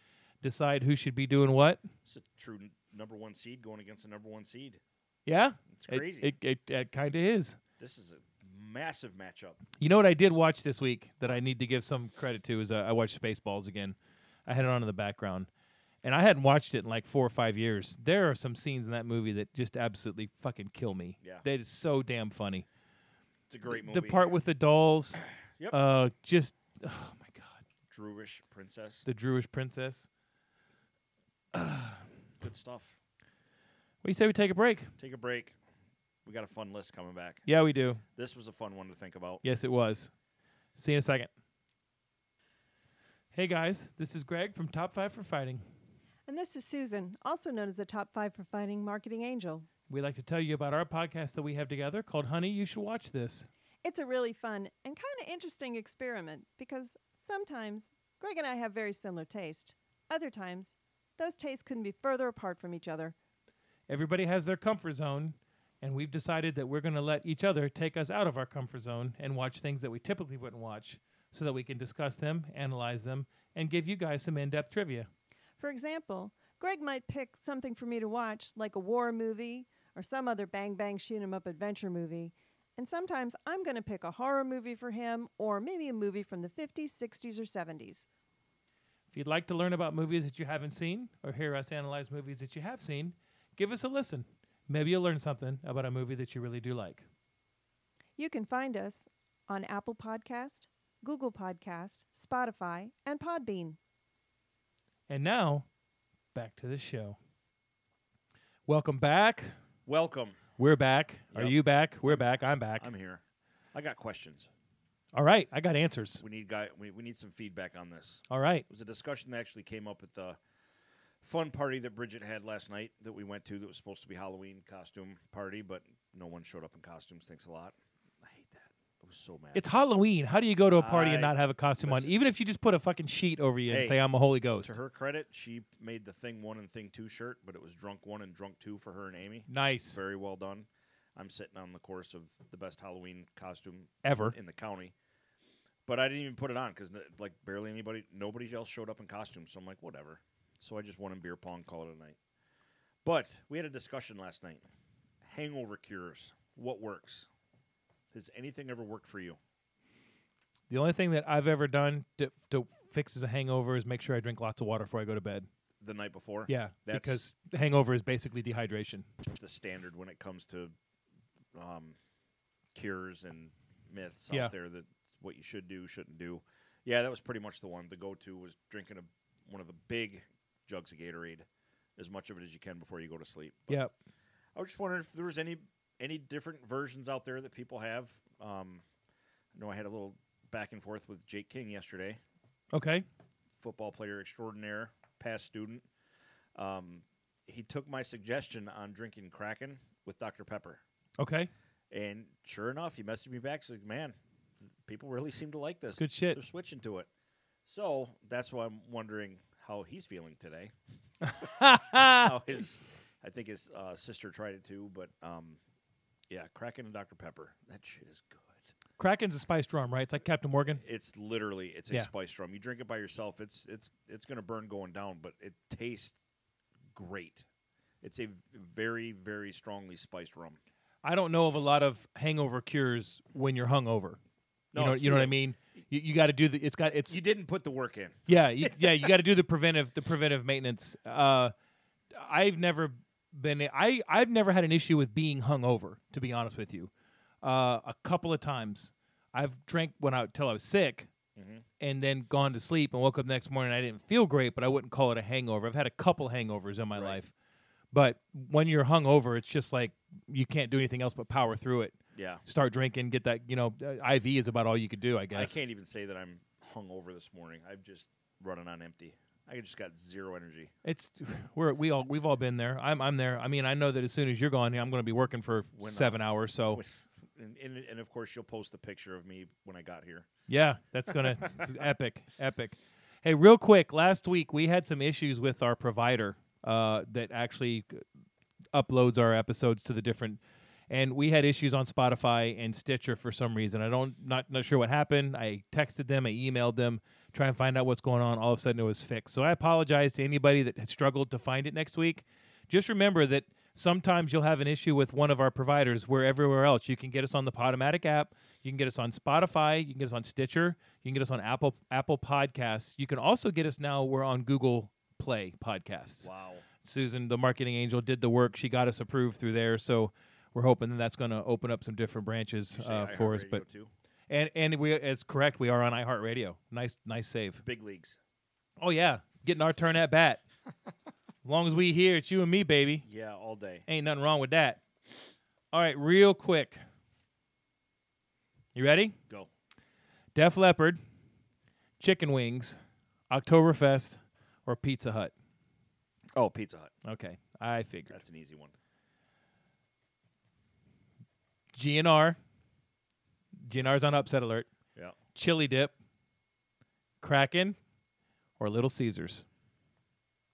Speaker 3: decide who should be doing what.
Speaker 1: It's a true n- number one seed going against the number one seed.
Speaker 3: Yeah,
Speaker 1: It's crazy.
Speaker 3: It it, it, kind of is.
Speaker 1: this is a massive matchup.
Speaker 3: You know what I did watch this week that I need to give some credit to is uh, I watched Spaceballs again. I had it on in the background, and I hadn't watched it in like four or five years. There are some scenes in that movie that just absolutely fucking kill me.
Speaker 1: Yeah.
Speaker 3: that is so damn funny.
Speaker 1: It's a great movie.
Speaker 3: The part with the dolls,
Speaker 1: Yep.
Speaker 3: uh, just oh my god,
Speaker 1: Druish princess.
Speaker 3: the Druish princess.
Speaker 1: Good stuff.
Speaker 3: What do you say we take a break?
Speaker 1: Take a break. We got a fun list coming back.
Speaker 3: Yeah, we do.
Speaker 1: This was a fun one to think about.
Speaker 3: Yes, it was. See you in a second. Hey guys, this is Greg from Top Five for Fighting.
Speaker 4: And this is Susan, also known as the top five for fighting marketing angel.
Speaker 3: We'd like to tell you about our podcast that we have together called Honey, You Should Watch This.
Speaker 4: It's a really fun and kind of interesting experiment because sometimes Greg and I have very similar taste. Other times, those tastes couldn't be further apart from each other.
Speaker 3: Everybody has their comfort zone, and we've decided that we're going to let each other take us out of our comfort zone and watch things that we typically wouldn't watch so that we can discuss them, analyze them, and give you guys some in depth trivia.
Speaker 4: For example, Greg might pick something for me to watch, like a war movie or some other bang bang shoot 'em up adventure movie. And sometimes I'm going to pick a horror movie for him or maybe a movie from the 50s, 60s, or 70s.
Speaker 3: If you'd like to learn about movies that you haven't seen or hear us analyze movies that you have seen, give us a listen. Maybe you'll learn something about a movie that you really do like.
Speaker 4: You can find us on Apple Podcast, Google Podcast, Spotify, and Podbean.
Speaker 3: And now, back to the show. Welcome back.
Speaker 1: Welcome.
Speaker 3: We're back. Are
Speaker 1: Yep.
Speaker 3: you back? We're back. I'm back.
Speaker 1: I'm here. I got questions.
Speaker 3: All right. I got answers.
Speaker 1: We need guy. We, we need some feedback on this.
Speaker 3: All right.
Speaker 1: It was a discussion that actually came up at the fun party that Bridget had last night that we went to. That was supposed to be Halloween costume party, but no one showed up in costumes. Thanks a lot. I hate that. I was so mad.
Speaker 3: It's Halloween. How do you go to a party and
Speaker 1: I-
Speaker 3: not have a costume on?
Speaker 1: listen.
Speaker 3: Even if you just put a fucking sheet over you and
Speaker 1: Hey,
Speaker 3: say, I'm a Holy Ghost.
Speaker 1: to her credit, she made the thing one and thing two shirt, but it was drunk one and drunk two for her and Amy.
Speaker 3: Nice.
Speaker 1: Very well done. I'm sitting on the course of the best Halloween costume
Speaker 3: Ever.
Speaker 1: in the county. But I didn't even put it on because like barely anybody, nobody else showed up in costume. So I'm like, whatever. So I just won in beer pong, call it a night. But we had a discussion last night. Hangover cures. What works? Has anything ever worked for you?
Speaker 3: The only thing that I've ever done to, to fix a hangover is make sure I drink lots of water before I go to bed.
Speaker 1: The night before?
Speaker 3: Yeah.
Speaker 1: That's-
Speaker 3: because hangover is basically dehydration.
Speaker 1: The standard when it comes to um, cures and myths
Speaker 3: Yeah.
Speaker 1: out there that what you should do, shouldn't do. Yeah, that was pretty much the one. The go to was drinking a, one of the big jugs of Gatorade, as much of it as you can before you go to sleep. But
Speaker 3: Yeah.
Speaker 1: I was just wondering if there was any any different versions out there that people have. Um, I know I had a little back and forth with Jake King yesterday,
Speaker 3: Okay.
Speaker 1: football player extraordinaire, past student. Um, he took my suggestion on drinking Kraken with Dr Pepper,
Speaker 3: Okay.
Speaker 1: and sure enough, he messaged me back. Said, "Man, people really seem to like this.
Speaker 3: Good shit.
Speaker 1: They're switching to it." So that's why I'm wondering how he's feeling today. how his, I think his uh, sister tried it too, but um, yeah, Kraken and Dr Pepper. That shit is good.
Speaker 3: Kraken's a spiced rum, right? It's like Captain Morgan.
Speaker 1: It's literally it's
Speaker 3: Yeah.
Speaker 1: a spice rum. You drink it by yourself, it's it's it's gonna burn going down, but it tastes great. It's a v- very very strongly spiced rum.
Speaker 3: I don't know of a lot of hangover cures when you're hungover.
Speaker 1: No,
Speaker 3: you know,
Speaker 1: it's
Speaker 3: you know
Speaker 1: true.
Speaker 3: what I mean. You, you got to do the. It's got. It's
Speaker 1: You didn't put the work in.
Speaker 3: yeah, you, yeah. You got to do the preventive, the preventive maintenance. Uh, I've never been. I I've never had an issue with being hungover. To be honest with you, uh, a couple of times I've drank when I till I was sick, and then gone to sleep and woke up the next morning. I didn't feel great, but I wouldn't call it a hangover. I've had a couple hangovers in my life, but when you're hungover, it's just like you can't do anything else but power through it.
Speaker 1: Yeah.
Speaker 3: Start drinking, get that. You know, uh, IV is about all you could do, I guess.
Speaker 1: I can't even say that I'm hungover this morning. I'm just running on empty. I just got zero energy.
Speaker 3: It's we're we all we've all been there. I'm I'm there. I mean, I know that as soon as you're gone, I'm going to be working for
Speaker 1: When, uh,
Speaker 3: seven hours. So
Speaker 1: With- And, and, and of course, you'll post a picture of me when I got here.
Speaker 3: yeah, that's gonna it's- it's epic, epic. Hey, real quick, last week we had some issues with our provider uh, that actually uploads our episodes to the different, and we had issues on Spotify and Stitcher for some reason. I don't not not sure what happened. I texted them, I emailed them, try and find out what's going on. All of a sudden, it was fixed. So I apologize to anybody that had struggled to find it next week. Just remember that sometimes you'll have an issue with one of our providers. Where everywhere else, you can get us on the Podomatic app, you can get us on Spotify, you can get us on Stitcher, you can get us on Apple Apple Podcasts. You can also get us now. We're on Google Play Podcasts.
Speaker 1: Wow.
Speaker 3: Susan, the marketing angel, did the work. She got us approved through there, so we're hoping that that's going to open up some different branches
Speaker 1: Say
Speaker 3: uh, for us.
Speaker 1: iHeartRadio
Speaker 3: But
Speaker 1: too.
Speaker 3: and and we it's correct. We are on iHeartRadio. Nice nice save.
Speaker 1: big leagues.
Speaker 3: Oh yeah, getting our turn at bat. as long as we here, it's you and me, baby.
Speaker 1: Yeah, all day.
Speaker 3: Ain't nothing wrong with that. All right, real quick. You ready?
Speaker 1: Go.
Speaker 3: Def Leppard, Chicken Wings, Oktoberfest or Pizza Hut?
Speaker 1: Oh, Pizza Hut.
Speaker 3: Okay, I figured.
Speaker 1: That's an easy one.
Speaker 3: GNR. GNR's on upset alert.
Speaker 1: Yeah.
Speaker 3: Chili dip. Kraken or Little Caesars?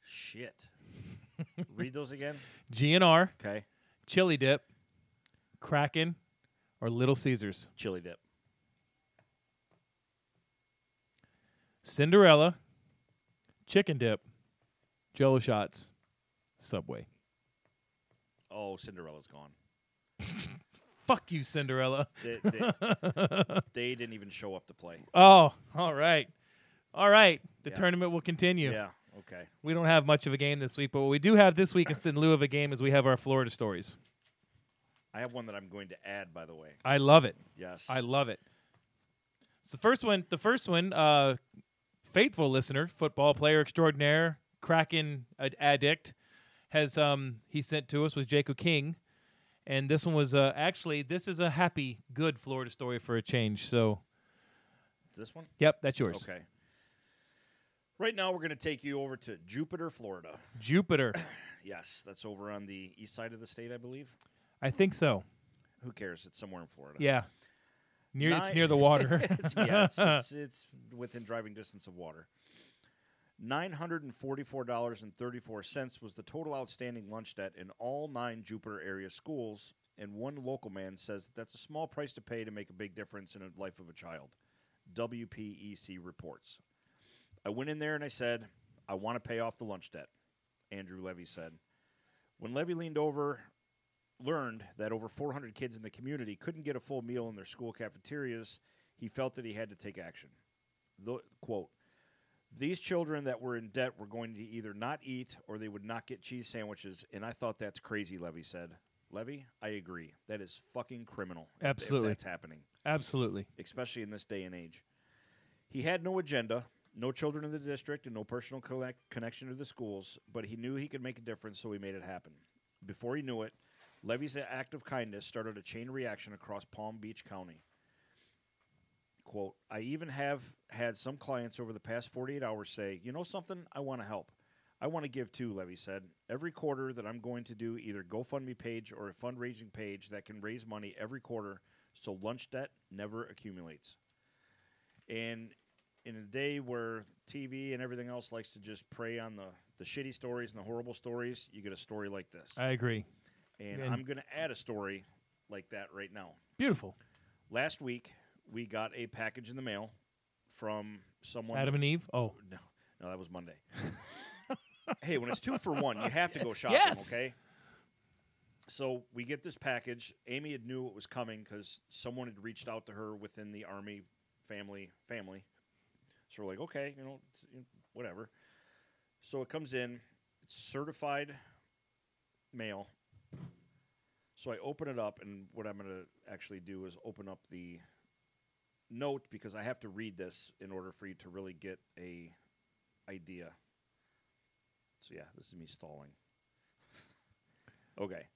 Speaker 1: Shit. Read those again.
Speaker 3: GNR,
Speaker 1: Okay.
Speaker 3: Chili dip, Kraken or Little Caesars?
Speaker 1: Chili dip.
Speaker 3: Cinderella, chicken dip, jello shots, Subway.
Speaker 1: Oh, Cinderella's gone.
Speaker 3: Fuck you, Cinderella.
Speaker 1: They, they, they didn't even show up to play.
Speaker 3: Oh, all right. All right. The
Speaker 1: Yeah.
Speaker 3: tournament will continue.
Speaker 1: Yeah. Okay.
Speaker 3: We don't have much of a game this week, but what we do have this week is in lieu of a game is we have our Florida stories.
Speaker 1: I have one that I'm going to add, by the way.
Speaker 3: I love it.
Speaker 1: Yes.
Speaker 3: I love it. So the first one, the first one, uh, faithful listener, football player extraordinaire, Kraken ad- addict, has um he sent to us was Jacob King, and this one was uh, actually this is a happy, good Florida story for a change. So
Speaker 1: this one.
Speaker 3: yep, that's yours.
Speaker 1: Okay. Right now, we're going to take you over to Jupiter, Florida.
Speaker 3: Jupiter,
Speaker 1: Yes, that's over on the east side of the state, I believe.
Speaker 3: I think so.
Speaker 1: Who cares? It's somewhere in Florida.
Speaker 3: Yeah, near it's
Speaker 1: Nine-
Speaker 3: near the water.
Speaker 1: it's, yeah, it's, it's, it's within driving distance of water. $944.34 was the total outstanding lunch debt in all nine Jupiter area schools, and one local man says that's a small price to pay to make a big difference in the life of a child. WPEC reports. I went in there and I said, I want to pay off the lunch debt, Andrew Levy said. When Levy leaned over learned that over 400 kids in the community couldn't get a full meal in their school cafeterias, he felt that he had to take action. The, quote, these children that were in debt were going to either not eat or they would not get cheese sandwiches, and I thought that's crazy, Levy said. Levy, I agree. That is fucking criminal. if-
Speaker 3: Absolutely.
Speaker 1: If that's happening
Speaker 3: Absolutely.
Speaker 1: especially in this day and age. He had no agenda, no children in the district, and no personal collect- connection to the schools, but he knew he could make a difference, so he made it happen. Before he knew it, Levy's act of kindness started a chain reaction across Palm Beach County. Quote, I even have had some clients over the past 48 hours say, you know something, I want to help. I want to give too, Levy said. Every quarter that I'm going to do either GoFundMe page or a fundraising page that can raise money every quarter so lunch debt never accumulates. And in a day where TV and everything else likes to just prey on the, the shitty stories and the horrible stories, you get a story like this.
Speaker 3: I agree.
Speaker 1: and
Speaker 3: and-
Speaker 1: I'm going to add a story like that right now.
Speaker 3: Beautiful.
Speaker 1: Last week, we got a package in the mail from someone.
Speaker 3: Adam and Eve. Oh,
Speaker 1: No, no, that was Monday. hey, when it's two for one, you have to go shopping,
Speaker 3: Yes.
Speaker 1: okay? So we get this package. Amy had knew it was coming because someone had reached out to her within the army family family. So we're like, okay, you know, it's- you know, whatever. So it comes in. It's certified mail. So I open it up, and what I'm going to actually do is open up the note because I have to read this in order for you to really get a idea. So yeah, this is me stalling. okay.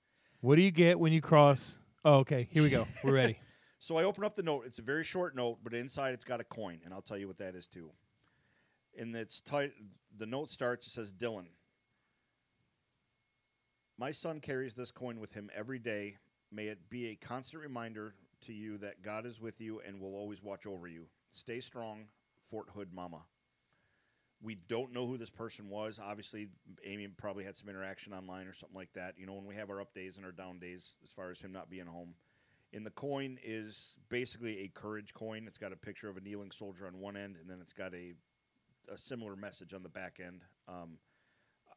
Speaker 3: what do you get when you cross? Oh, okay. Here we go. We're ready.
Speaker 1: So I open up the note. It's a very short note, but inside it's got a coin, and I'll tell you what that is too. And it's ti- the note starts. It says, "Dylan, my son carries this coin with him every day. May it be a constant reminder to you that God is with you and will always watch over you. Stay strong, Fort Hood Mama." We don't know who this person was. Obviously, Amy probably had some interaction online or something like that. You know, when we have our up days and our down days, as far as him not being home. And the coin is basically a courage coin. It's got a picture of a kneeling soldier on one end, and then it's got a, a similar message on the back end. Um,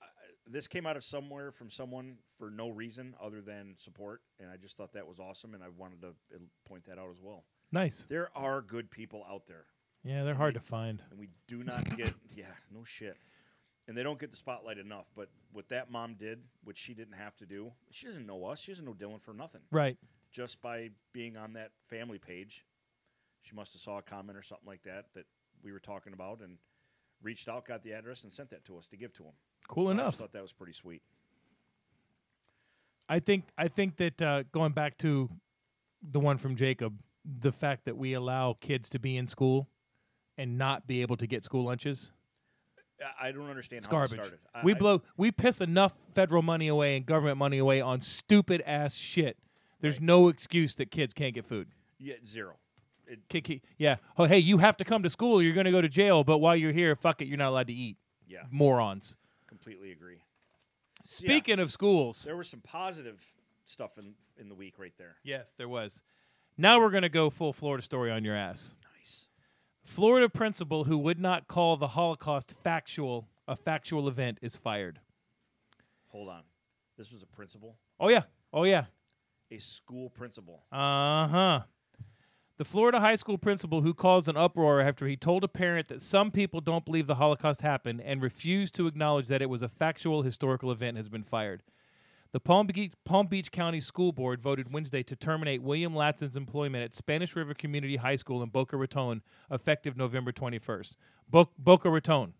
Speaker 1: I- this came out of somewhere from someone for no reason other than support, and I just thought that was awesome, and I wanted to uh, point that out as well.
Speaker 3: Nice.
Speaker 1: There are good people out there,
Speaker 3: Yeah, they're hard to find.
Speaker 1: and we do not get, yeah, no shit. And they don't get the spotlight enough, but what that mom did, which she didn't have to do, she doesn't know us, she doesn't know Dylan for nothing
Speaker 3: Right.
Speaker 1: just by being on that family page. She must have saw a comment or something like that that we were talking about and reached out, got the address, and sent that to us to give to him.
Speaker 3: Cool
Speaker 1: I just
Speaker 3: enough.
Speaker 1: thought that was pretty sweet.
Speaker 3: I think I think that uh, going back to the one from Jacob, the fact that we allow kids to be in school and not be able to get school lunches
Speaker 1: I- I don't understand
Speaker 3: It's
Speaker 1: how this
Speaker 3: garbage.
Speaker 1: started. I-
Speaker 3: we
Speaker 1: I-
Speaker 3: blow, we piss enough federal money away and government money away on stupid ass shit. There's no excuse that kids can't get food.
Speaker 1: yeah, zero. It,
Speaker 3: Ki- ki- yeah. Oh, hey, you have to come to school or you're going to go to jail. But while you're here, fuck it, you're not allowed to eat.
Speaker 1: yeah,
Speaker 3: Morons.
Speaker 1: completely agree.
Speaker 3: Speaking of schools,
Speaker 1: There was some positive stuff in in the week right there.
Speaker 3: yes, there was. Now we're going to go full Florida story on your ass.
Speaker 1: Nice.
Speaker 3: Florida principal who would not call the Holocaust factual a factual event is fired.
Speaker 1: Hold on. This was a principal,
Speaker 3: Oh yeah. Oh yeah.
Speaker 1: a school principal.
Speaker 3: Uh huh. The Florida high school principal who caused an uproar after he told a parent that some people don't believe the Holocaust happened and refused to acknowledge that it was a factual historical event has been fired. The Palm Beach, Palm Beach County School Board voted Wednesday to terminate William Latzin's employment at Spanish River Community High School in Boca Raton effective November 21st. Bo- Boca Raton.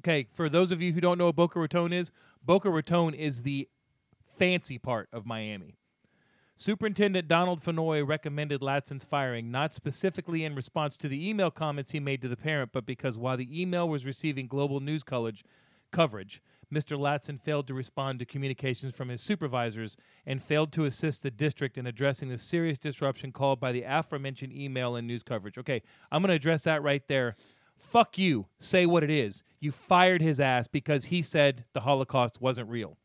Speaker 3: Okay, for those of you who don't know what Boca Raton is, Boca Raton is the fancy part of Miami. Superintendent Donald Fenoy recommended Latzin's firing, not specifically in response to the email comments he made to the parent, but because while the email was receiving global news college coverage, Mr. Latzin failed to respond to communications from his supervisors and failed to assist the district in addressing the serious disruption called by the aforementioned email and news coverage. Okay, I'm going to address that right there. Fuck you. Say what it is. You fired his ass because he said the Holocaust wasn't real.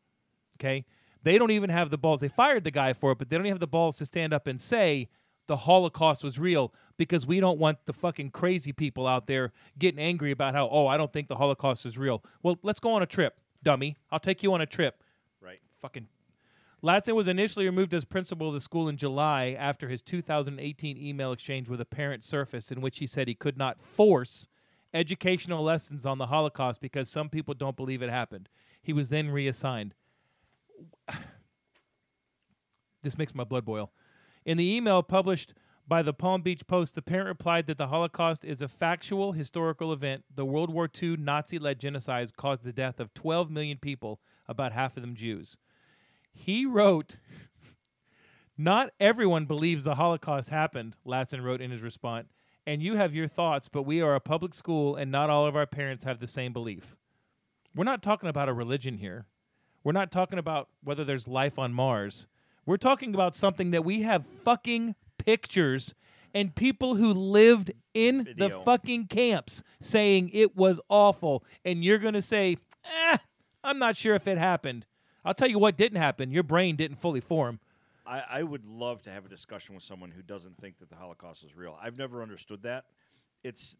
Speaker 3: Okay? They don't even have the balls. They fired the guy for it, but they don't even have the balls to stand up and say the Holocaust was real because we don't want the fucking crazy people out there getting angry about how, oh, I don't think the Holocaust is real. Well, let's go on a trip, dummy. I'll take you on a trip.
Speaker 1: Right.
Speaker 3: Fucking. Latson was initially removed as principal of the school in July after his 2018 email exchange with a parent surfaced in which he said he could not force educational lessons on the Holocaust because some people don't believe it happened. He was then reassigned. This makes my blood boil. In the email published by the Palm Beach Post, the parent replied that the Holocaust is a factual historical event. The World War II Nazi led genocide caused the death of 12 million people, about half of them Jews. He wrote, Not everyone believes the Holocaust happened, Lassen wrote in his response, and you have your thoughts, but we are a public school and not all of our parents have the same belief. We're not talking about a religion here. We're not talking about whether there's life on Mars. We're talking about something that we have fucking pictures and people who lived in the
Speaker 1: Video.
Speaker 3: fucking camps saying it was awful. And you're going to say, eh, I'm not sure if it happened. I'll tell you what didn't happen. Your brain didn't fully form.
Speaker 1: I, I would love to have a discussion with someone who doesn't think that the Holocaust is real. I've never understood that. It's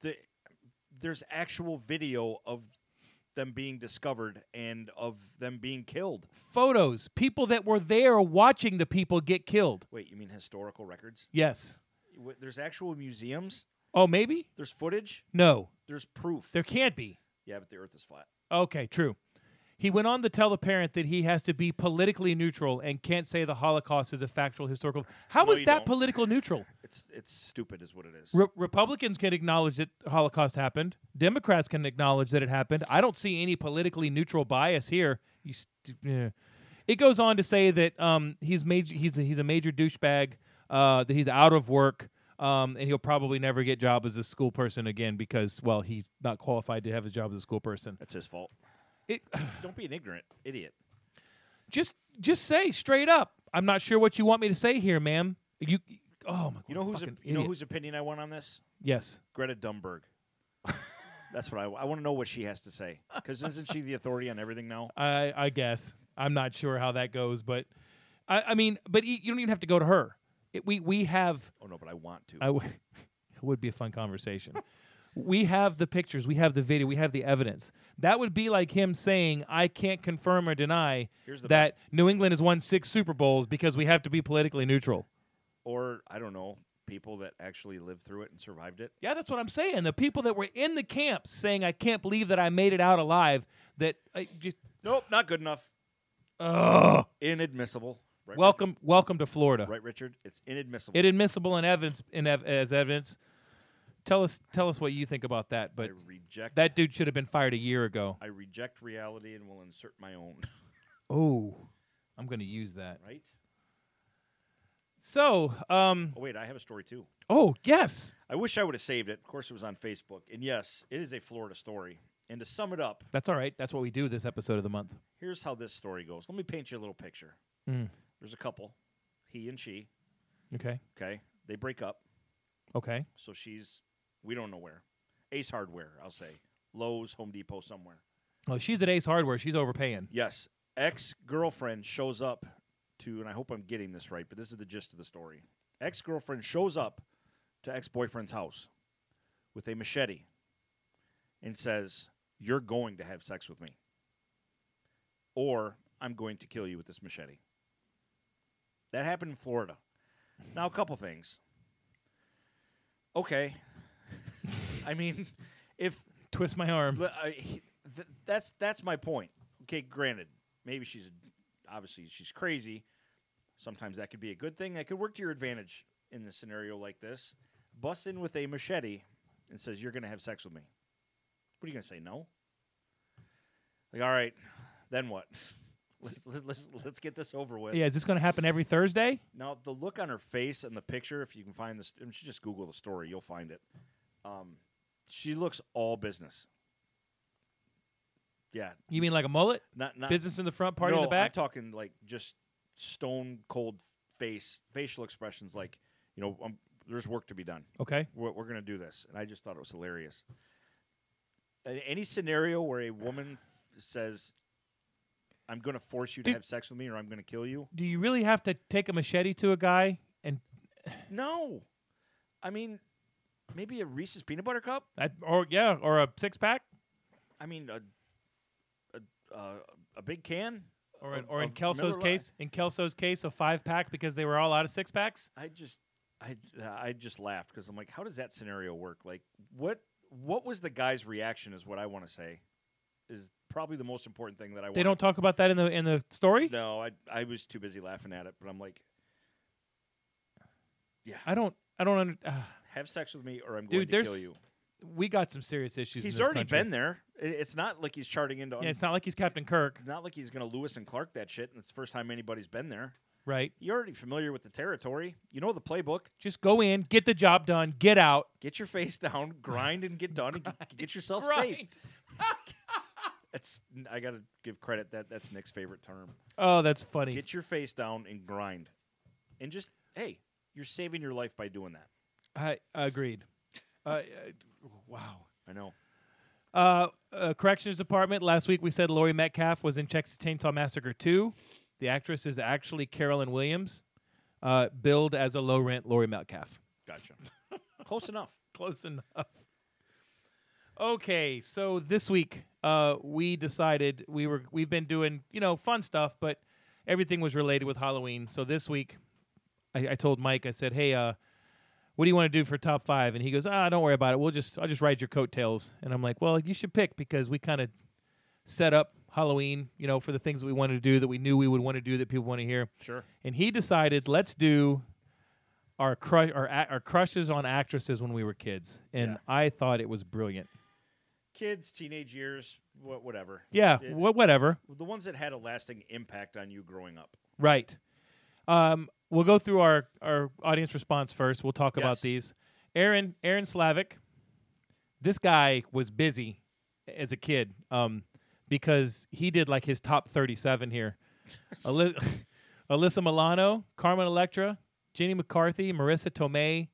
Speaker 1: the there's actual video of them being discovered and of them being killed.
Speaker 3: Photos, people that were there watching the people get killed.
Speaker 1: Wait, you mean historical records?
Speaker 3: Yes.
Speaker 1: Wh- There's actual museums.
Speaker 3: Oh, maybe?
Speaker 1: There's footage.
Speaker 3: No,
Speaker 1: There's proof.
Speaker 3: there can't be.
Speaker 1: yeah, but the Earth is flat.
Speaker 3: Okay, true. He went on to tell the parent that he has to be politically neutral and can't say the Holocaust is a factual historical. How
Speaker 1: No,
Speaker 3: is
Speaker 1: you
Speaker 3: that
Speaker 1: don't.
Speaker 3: political neutral?
Speaker 1: It's it's stupid, is what it is.
Speaker 3: Re- Republicans can acknowledge that Holocaust happened. Democrats can acknowledge that it happened. I don't see any politically neutral bias here. You st- yeah. It goes on to say that um, he's major. He's a, he's a major douchebag. Uh, that he's out of work. Um, and he'll probably never get job as a school person again because well he's not qualified to have a job as a school person.
Speaker 1: That's his fault.
Speaker 3: It
Speaker 1: Don't be an ignorant idiot.
Speaker 3: just just say straight up. I'm not sure what you want me to say here, ma'am. You oh my god.
Speaker 1: You know who's
Speaker 3: fucking
Speaker 1: you know
Speaker 3: idiot.
Speaker 1: whose opinion I want on this?
Speaker 3: yes.
Speaker 1: Greta Dumberg. That's what I, I want to know what she has to say because isn't she the authority on everything now?
Speaker 3: I, I guess I'm not sure how that goes, but I, I mean, but e- you don't even have to go to her. It, we we have.
Speaker 1: Oh no, but I want to.
Speaker 3: I w- it would be a fun conversation. we have the pictures, we have the video, we have the evidence. That would be like him saying, "I can't confirm or deny
Speaker 1: Here's the
Speaker 3: that New England has won six Super Bowls because we have to be politically neutral."
Speaker 1: or I don't know people that actually lived through it and survived it.
Speaker 3: Yeah, that's what I'm saying. The people that were in the camps saying, "I can't believe that I made it out alive," that I just
Speaker 1: Nope, not good enough. Inadmissible. Right,
Speaker 3: welcome, welcome to Florida.
Speaker 1: Richard? right, Richard. It's inadmissible.
Speaker 3: it admissible in evidence in ev- as evidence. Tell us tell us what you think about that.
Speaker 1: I
Speaker 3: But
Speaker 1: reject
Speaker 3: that dude should have been fired a year ago.
Speaker 1: I reject reality and will insert my own.
Speaker 3: Oh, I'm going to use that.
Speaker 1: Right.
Speaker 3: So, um,
Speaker 1: Oh wait, I have a story too.
Speaker 3: oh yes,
Speaker 1: I wish I would have saved it. Of course, it was on Facebook. And yes, it is a Florida story. And to sum it up,
Speaker 3: that's all right. That's what we do this episode of the month.
Speaker 1: here's how this story goes. Let me paint you a little picture.
Speaker 3: Mm.
Speaker 1: There's a couple, he and she.
Speaker 3: Okay.
Speaker 1: Okay, they break up.
Speaker 3: Okay.
Speaker 1: So she's we don't know where. Ace Hardware, I'll say. Lowe's, Home Depot, somewhere.
Speaker 3: Oh, she's at Ace Hardware. She's overpaying.
Speaker 1: Yes, ex girlfriend shows up to, and I hope I'm getting this right, but this is the gist of the story. Ex girlfriend shows up to ex boyfriend's house with a machete and says, You're going to have sex with me, or I'm going to kill you with this machete. That happened in Florida. Now, a couple things. Okay. I mean, if
Speaker 3: Twist my arm.
Speaker 1: L- I- uh, he- th- that's that's my point. Okay, granted, maybe she's obviously she's crazy. Sometimes that could be a good thing. That could work to your advantage in a scenario like this. Busts in with a machete and says, "You're going to have sex with me." What are you going to say? No. Like, all right, then what? let's, let's let's let's get this over with.
Speaker 3: Yeah. Is this going to happen every Thursday?
Speaker 1: Now the look on her face and the picture, if you can find this, and you should just Google the story, you'll find it. Um, she looks all business. Yeah,
Speaker 3: You mean like a mullet?
Speaker 1: not not
Speaker 3: Business in the front, party
Speaker 1: no,
Speaker 3: in the back.
Speaker 1: I'm talking like just stone cold face, facial expressions. Like you know, um there's work to be done.
Speaker 3: okay.
Speaker 1: We're, we're gonna do this, and I just thought it was hilarious. A- Any scenario where a woman says, "I'm gonna force you to
Speaker 3: Dude.
Speaker 1: have sex with me, or I'm gonna kill you,"
Speaker 3: Do you really have to take a machete to a guy? And
Speaker 1: No. I mean, maybe a Reese's peanut butter cup.
Speaker 3: I, uh, or yeah, or a six pack,
Speaker 1: I mean, a a uh, a big can.
Speaker 3: or in,
Speaker 1: of-
Speaker 3: or in
Speaker 1: of
Speaker 3: Kelso's
Speaker 1: Miller Lite.
Speaker 3: case, in Kelso's case, a five pack because they were all out of six packs.
Speaker 1: I just I I just laughed because I'm like, how does that scenario work? Like, what what was the guy's reaction? Is what I want to say. Is probably the most important thing that I.
Speaker 3: They
Speaker 1: wanna-
Speaker 3: don't talk about that in the in the story.
Speaker 1: No, I I was too busy laughing at it, but I'm like, yeah,
Speaker 3: I don't. I don't. Under, uh,
Speaker 1: have sex with me or I'm
Speaker 3: Dude,
Speaker 1: going to kill
Speaker 3: there's-
Speaker 1: you.
Speaker 3: we got some serious issues. in
Speaker 1: He's
Speaker 3: this
Speaker 1: already
Speaker 3: country.
Speaker 1: been there. I- It's not like he's charting into.
Speaker 3: Yeah, it's not like he's Captain Kirk,
Speaker 1: not like he's going to Lewis and Clark that shit, and it's the first time anybody's been there.
Speaker 3: right?
Speaker 1: You're already familiar with the territory. You know the playbook.
Speaker 3: Just go in, get the job done, get out.
Speaker 1: Get your face down, grind, and get done, and get, get yourself safe.
Speaker 3: Right.
Speaker 1: That's I got to give credit that that's Nick's favorite term.
Speaker 3: Oh, that's funny.
Speaker 1: Get your face down and grind, and just hey, you're saving your life by doing that.
Speaker 3: I agreed. Uh, uh, wow.
Speaker 1: I know.
Speaker 3: Uh, uh, corrections department. Last week we said Laurie Metcalf was in Texas Chainsaw Massacre 2. The actress is actually Carolyn Williams, uh, billed as a low rent Laurie Metcalf.
Speaker 1: Gotcha. Close enough.
Speaker 3: Close enough. Okay, so this week uh, we decided we were we've been doing you know fun stuff, but everything was related with Halloween. So this week, I, I told Mike, I said, "Hey, uh, what do you want to do for top five? And he goes, "Ah, don't worry about it. We'll just I'll just ride your coattails." And I'm like, "Well, you should pick because we kind of set up Halloween, you know, for the things that we wanted to do that we knew we would want to do that people want to hear."
Speaker 1: Sure.
Speaker 3: and he decided let's do our crush our, a- our crushes on actresses when we were kids and
Speaker 1: Yeah.
Speaker 3: i thought it was brilliant
Speaker 1: Kids, teenage years, wha- whatever.
Speaker 3: yeah
Speaker 1: It-
Speaker 3: wha- whatever
Speaker 1: the ones that had a lasting impact on you growing up.
Speaker 3: right um, we'll go through our, our audience response first we'll talk about
Speaker 1: Yes.
Speaker 3: these aaron aaron slavic this guy was busy as a kid um, because he did like his top 37 here Aly- alyssa milano carmen electra jenny mccarthy marissa tomei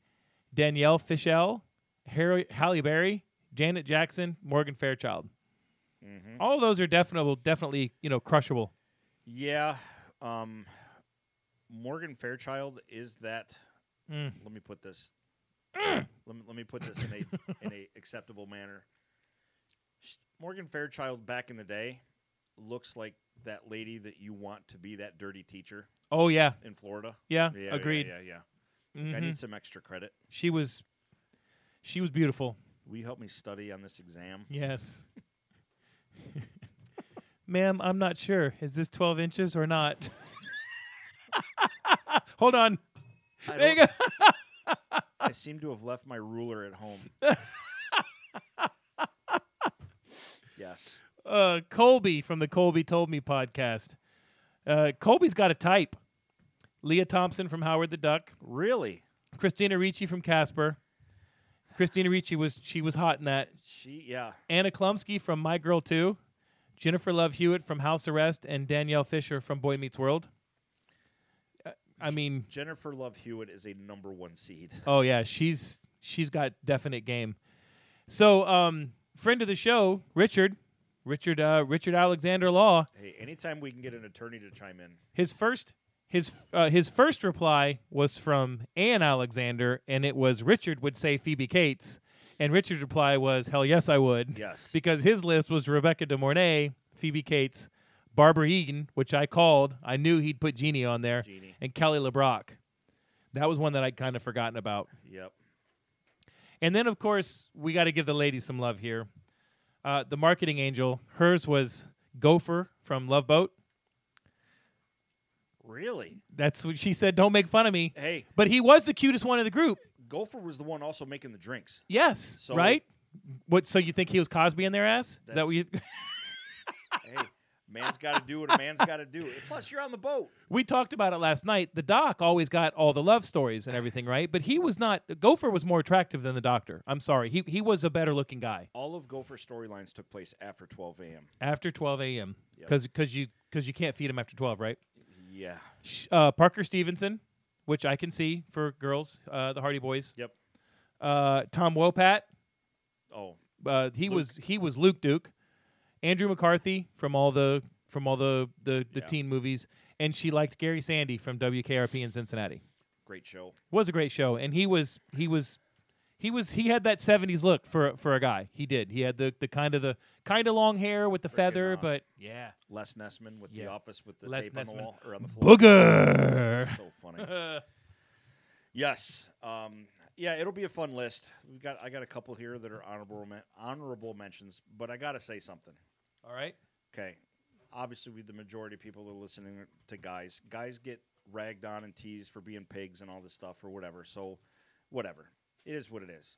Speaker 3: danielle fishel Harry, halle berry janet jackson morgan fairchild
Speaker 1: Mm-hmm.
Speaker 3: all of those are definitely definitely you know crushable
Speaker 1: Yeah. Um, Morgan Fairchild is that.
Speaker 3: Mm.
Speaker 1: Let me put this. let me let me put this in a in a acceptable manner. Sh- Morgan Fairchild back in the day looks like that lady that you want to be that dirty teacher
Speaker 3: oh yeah
Speaker 1: in Florida.
Speaker 3: yeah,
Speaker 1: Yeah, yeah,
Speaker 3: agreed
Speaker 1: Yeah, yeah. I
Speaker 3: Mhm.
Speaker 1: need some extra credit.
Speaker 3: She was she was beautiful.
Speaker 1: Will you help me study on this exam?
Speaker 3: Yes. Ma'am, I'm not sure. Is this 12 inches or not? Hold on.
Speaker 1: I
Speaker 3: There you
Speaker 1: don't-
Speaker 3: go.
Speaker 1: I seem to have left my ruler at home. yes.
Speaker 3: Uh, Colby from the Colby Told Me podcast. Uh, Colby's got a type. Leah Thompson from Howard the Duck,
Speaker 1: Really?
Speaker 3: Christina Ricci from Casper. Christina Ricci was she was hot in that.
Speaker 1: She yeah.
Speaker 3: Anna Klumsky from My Girl 2, Jennifer Love Hewitt from House Arrest, and Danielle Fisher from Boy Meets World. Uh, I mean,
Speaker 1: Jennifer Love Hewitt is a number one seed.
Speaker 3: oh yeah, she's she's got definite game. So, um, friend of the show, Richard, Richard, uh, Richard Alexander Law.
Speaker 1: Hey, anytime we can get an attorney to chime in,
Speaker 3: His first his uh, his first reply was from Ann Alexander, and it was Richard would say Phoebe Cates, and Richard's reply was Hell yes, I would.
Speaker 1: yes.
Speaker 3: because his list was Rebecca De Mornay, Phoebe Cates, Barbara Egan, which I called. I knew he'd put Jeannie on there,
Speaker 1: Jeannie.
Speaker 3: and Kelly LeBrock. That was one that I'd kind of forgotten about.
Speaker 1: Yep.
Speaker 3: And then, of course, we got to give the ladies some love here. Uh, the marketing angel, hers was Gopher from Love Boat.
Speaker 1: Really?
Speaker 3: That's what she said. Don't make fun of me.
Speaker 1: Hey,
Speaker 3: But he was the cutest one of the group.
Speaker 1: Gopher was the one also making the drinks.
Speaker 3: Yes,
Speaker 1: So-
Speaker 3: right. What? So you think he was Cosby in their ass? Is that
Speaker 1: That's-
Speaker 3: what you?
Speaker 1: hey, man's got to do what a man's got to do. Plus, you're on the boat.
Speaker 3: we talked about it last night. The doc always got all the love stories and everything, right? But he was not. Gopher was more attractive than the doctor. I'm sorry. He he was a better looking guy
Speaker 1: All of Gopher's storylines took place after 12 a.m.
Speaker 3: after 12 a.m.
Speaker 1: Yep.
Speaker 3: because you because you can't feed him after 12, right?
Speaker 1: Yeah.
Speaker 3: Sh- Uh, Parker Stevenson, which I can see for girls, uh, the Hardy Boys.
Speaker 1: Yep.
Speaker 3: Uh, Tom Wopat,
Speaker 1: Oh,
Speaker 3: uh, he was he was Luke Duke. Andrew McCarthy from all the from all the the, the
Speaker 1: Yeah.
Speaker 3: teen movies, and she liked Gary Sandy from WKRP in Cincinnati.
Speaker 1: great show.
Speaker 3: was a great show and he was he was he was he had that 70s look for for a guy he did he had the the kind of the kind of long hair with the feather
Speaker 1: on.
Speaker 3: but yeah
Speaker 1: Les Nessman with
Speaker 3: Yeah.
Speaker 1: the office with the
Speaker 3: Les
Speaker 1: tape on
Speaker 3: Nessman.
Speaker 1: the wall or on the floor.
Speaker 3: booger
Speaker 1: So funny. Yes. Um, yeah, it'll be a fun list. We got I got a couple here that are honorable men- honorable mentions, but I got to say something.
Speaker 3: all right
Speaker 1: Okay. Obviously, we the majority of people are listening to guys. Guys get ragged on and teased for being pigs and all this stuff or whatever. So, whatever. It is what it is.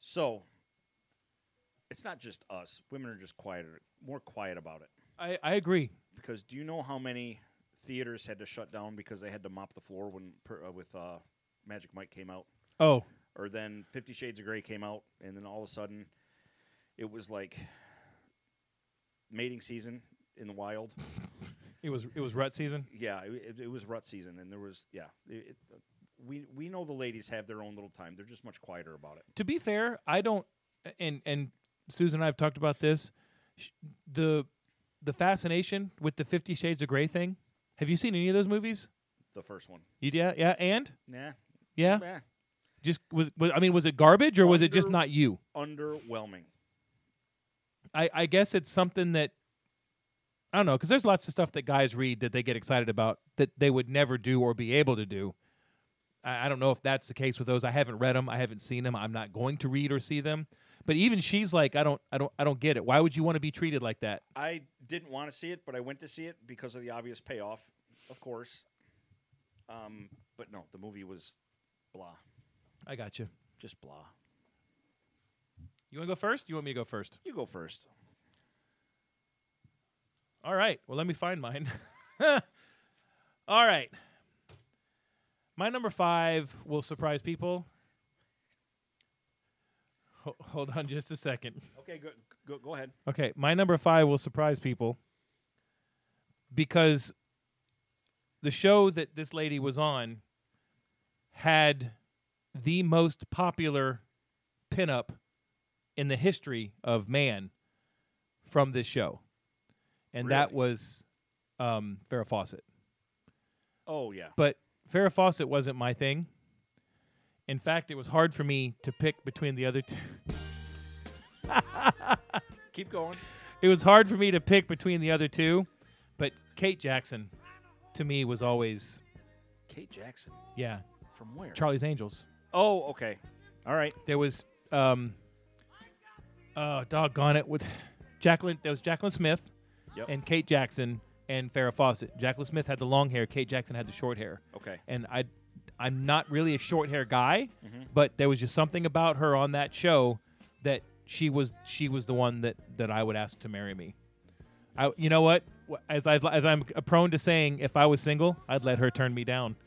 Speaker 1: So, it's not just us. Women are just quieter, more quiet about it.
Speaker 3: i i agree
Speaker 1: Because do you know how many theaters had to shut down because they had to mop the floor when per, uh, with uh, Magic Mike came out?
Speaker 3: oh
Speaker 1: or then Fifty Shades of Grey came out, and then all of a sudden, it was like mating season in the wild.
Speaker 3: it was it was rut season
Speaker 1: Yeah, it, it, it was rut season, and there was yeah. It, it, we we know the ladies have their own little time. They're just much quieter about it.
Speaker 3: to be fair i don't and and susan and i've talked about this Sh- the the fascination with the 50 shades of gray thing have you seen any of those movies
Speaker 1: The first one,
Speaker 3: you yeah yeah and
Speaker 1: nah,
Speaker 3: yeah
Speaker 1: meh,
Speaker 3: just was, was i mean was it garbage or was it just
Speaker 1: Under-
Speaker 3: not you
Speaker 1: underwhelming.
Speaker 3: I, I guess it's something that I don't know because there's lots of stuff that guys read that they get excited about that they would never do or be able to do. I, I don't know if that's the case with those. I haven't read them. I haven't seen them. I'm not going to read or see them. But even she's like, I don't, I don't, I don't get it. Why would you want to be treated like that?
Speaker 1: I didn't want to see it, but I went to see it because of the obvious payoff, of course. Um, but no, the movie was blah,
Speaker 3: I got you.
Speaker 1: just blah.
Speaker 3: You want to go first? You want me to go first?
Speaker 1: You go first.
Speaker 3: All right. Well, let me find mine. All right. My number five will surprise people. Ho- hold on just a second.
Speaker 1: Okay, go go, go ahead.
Speaker 3: Okay, my number five will surprise people because the show that this lady was on had the most popular pinup in the history of man from this show, and that
Speaker 1: Really?
Speaker 3: was um, Farrah Fawcett.
Speaker 1: Oh yeah.
Speaker 3: But Farrah Fawcett wasn't my thing. In fact, it was hard for me to pick between the other two.
Speaker 1: Keep going.
Speaker 3: it was hard for me to pick between the other two, but Kate Jackson to me was always
Speaker 1: Kate Jackson
Speaker 3: yeah,
Speaker 1: from where?
Speaker 3: Charlie's Angels.
Speaker 1: oh, okay. All right.
Speaker 3: There was um uh doggone it with Jacqueline there was Jacqueline Smith
Speaker 1: Yep.
Speaker 3: and Kate Jackson and Farrah Fawcett. Jacqueline Smith had the long hair, Kate Jackson had the short hair.
Speaker 1: Okay.
Speaker 3: And I I'm not really a short hair guy,
Speaker 1: Mm-hmm.
Speaker 3: but there was just something about her on that show that she was she was the one that that I would ask to marry me. I you know what? w- as I as I'm prone to saying, if I was single, I'd let her turn me down.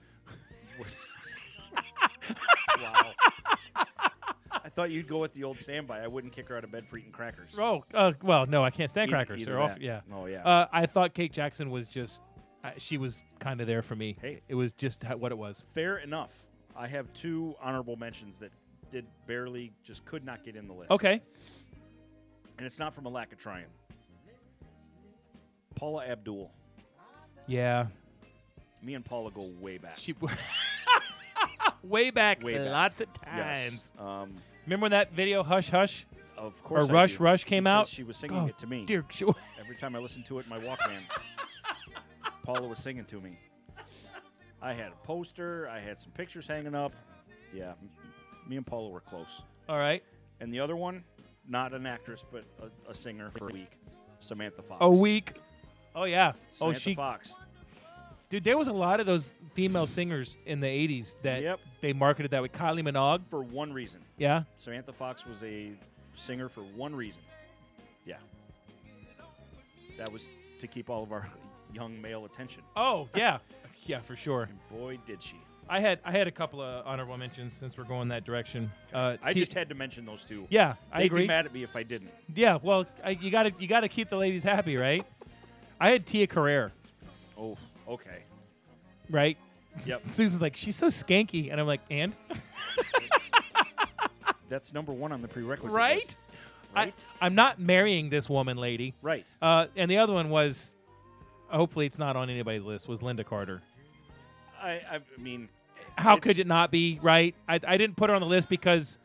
Speaker 1: wow. I thought you'd go with the old standby. I wouldn't kick her out of bed for eating crackers.
Speaker 3: Oh, uh, well, no, I can't stand
Speaker 1: Either-
Speaker 3: crackers.
Speaker 1: either
Speaker 3: They're off.
Speaker 1: that.
Speaker 3: Yeah.
Speaker 1: Oh, yeah.
Speaker 3: Uh, I thought Kate Jackson was just, I she was kind of there for me.
Speaker 1: Hey.
Speaker 3: It was just ho- what it was.
Speaker 1: Fair enough. I have two honorable mentions that did barely, just could not get in the list.
Speaker 3: Okay.
Speaker 1: And it's not from a lack of trying. Paula Abdul.
Speaker 3: Yeah.
Speaker 1: Me and Paula go way back.
Speaker 3: She. Way back,
Speaker 1: Way back.
Speaker 3: lots of
Speaker 1: Yes.
Speaker 3: times.
Speaker 1: Um,
Speaker 3: Remember that video, Hush Hush?
Speaker 1: of
Speaker 3: Or
Speaker 1: course. I
Speaker 3: Rush
Speaker 1: do,
Speaker 3: Rush came
Speaker 1: because
Speaker 3: out?
Speaker 1: She was singing
Speaker 3: Oh,
Speaker 1: it to me.
Speaker 3: Dear, sure.
Speaker 1: Every time I listened to it in my Walkman, Paula was singing to me. I had a poster. I had some pictures hanging up. Yeah, m- me and Paula were close.
Speaker 3: All right.
Speaker 1: And the other one, not an actress, but a, a singer for a week, Samantha Fox.
Speaker 3: A week. Oh yeah. oh
Speaker 1: Samantha
Speaker 3: she
Speaker 1: Fox.
Speaker 3: dude, there was a lot of those female singers in the eighties that
Speaker 1: Yep.
Speaker 3: they marketed that with Kylie Minogue.
Speaker 1: For one reason,
Speaker 3: Yeah.
Speaker 1: Samantha Fox was a singer for one reason. Yeah, that was to keep all of our young male attention.
Speaker 3: Oh yeah. yeah, for sure.
Speaker 1: And boy, did she!
Speaker 3: I had I had a couple of honorable mentions since we're going that direction. Uh
Speaker 1: I
Speaker 3: T-
Speaker 1: just had to mention those two.
Speaker 3: Yeah, I
Speaker 1: They'd be
Speaker 3: agree.
Speaker 1: mad at me if I didn't.
Speaker 3: Yeah, well, I, you got to you got to keep the ladies happy, right? I had Tia Carrere,
Speaker 1: Oh, okay.
Speaker 3: right?
Speaker 1: Yep.
Speaker 3: Susan's like, she's so skanky, and I'm like, and
Speaker 1: That's number one on the prerequisite
Speaker 3: Right?
Speaker 1: list. Right?
Speaker 3: I, I'm not marrying this woman, lady.
Speaker 1: right.
Speaker 3: Uh, and the other one was, hopefully it's not on anybody's list, was Linda Carter.
Speaker 1: I, I mean,
Speaker 3: How
Speaker 1: it's-
Speaker 3: could it not be right? I, I didn't put her on the list because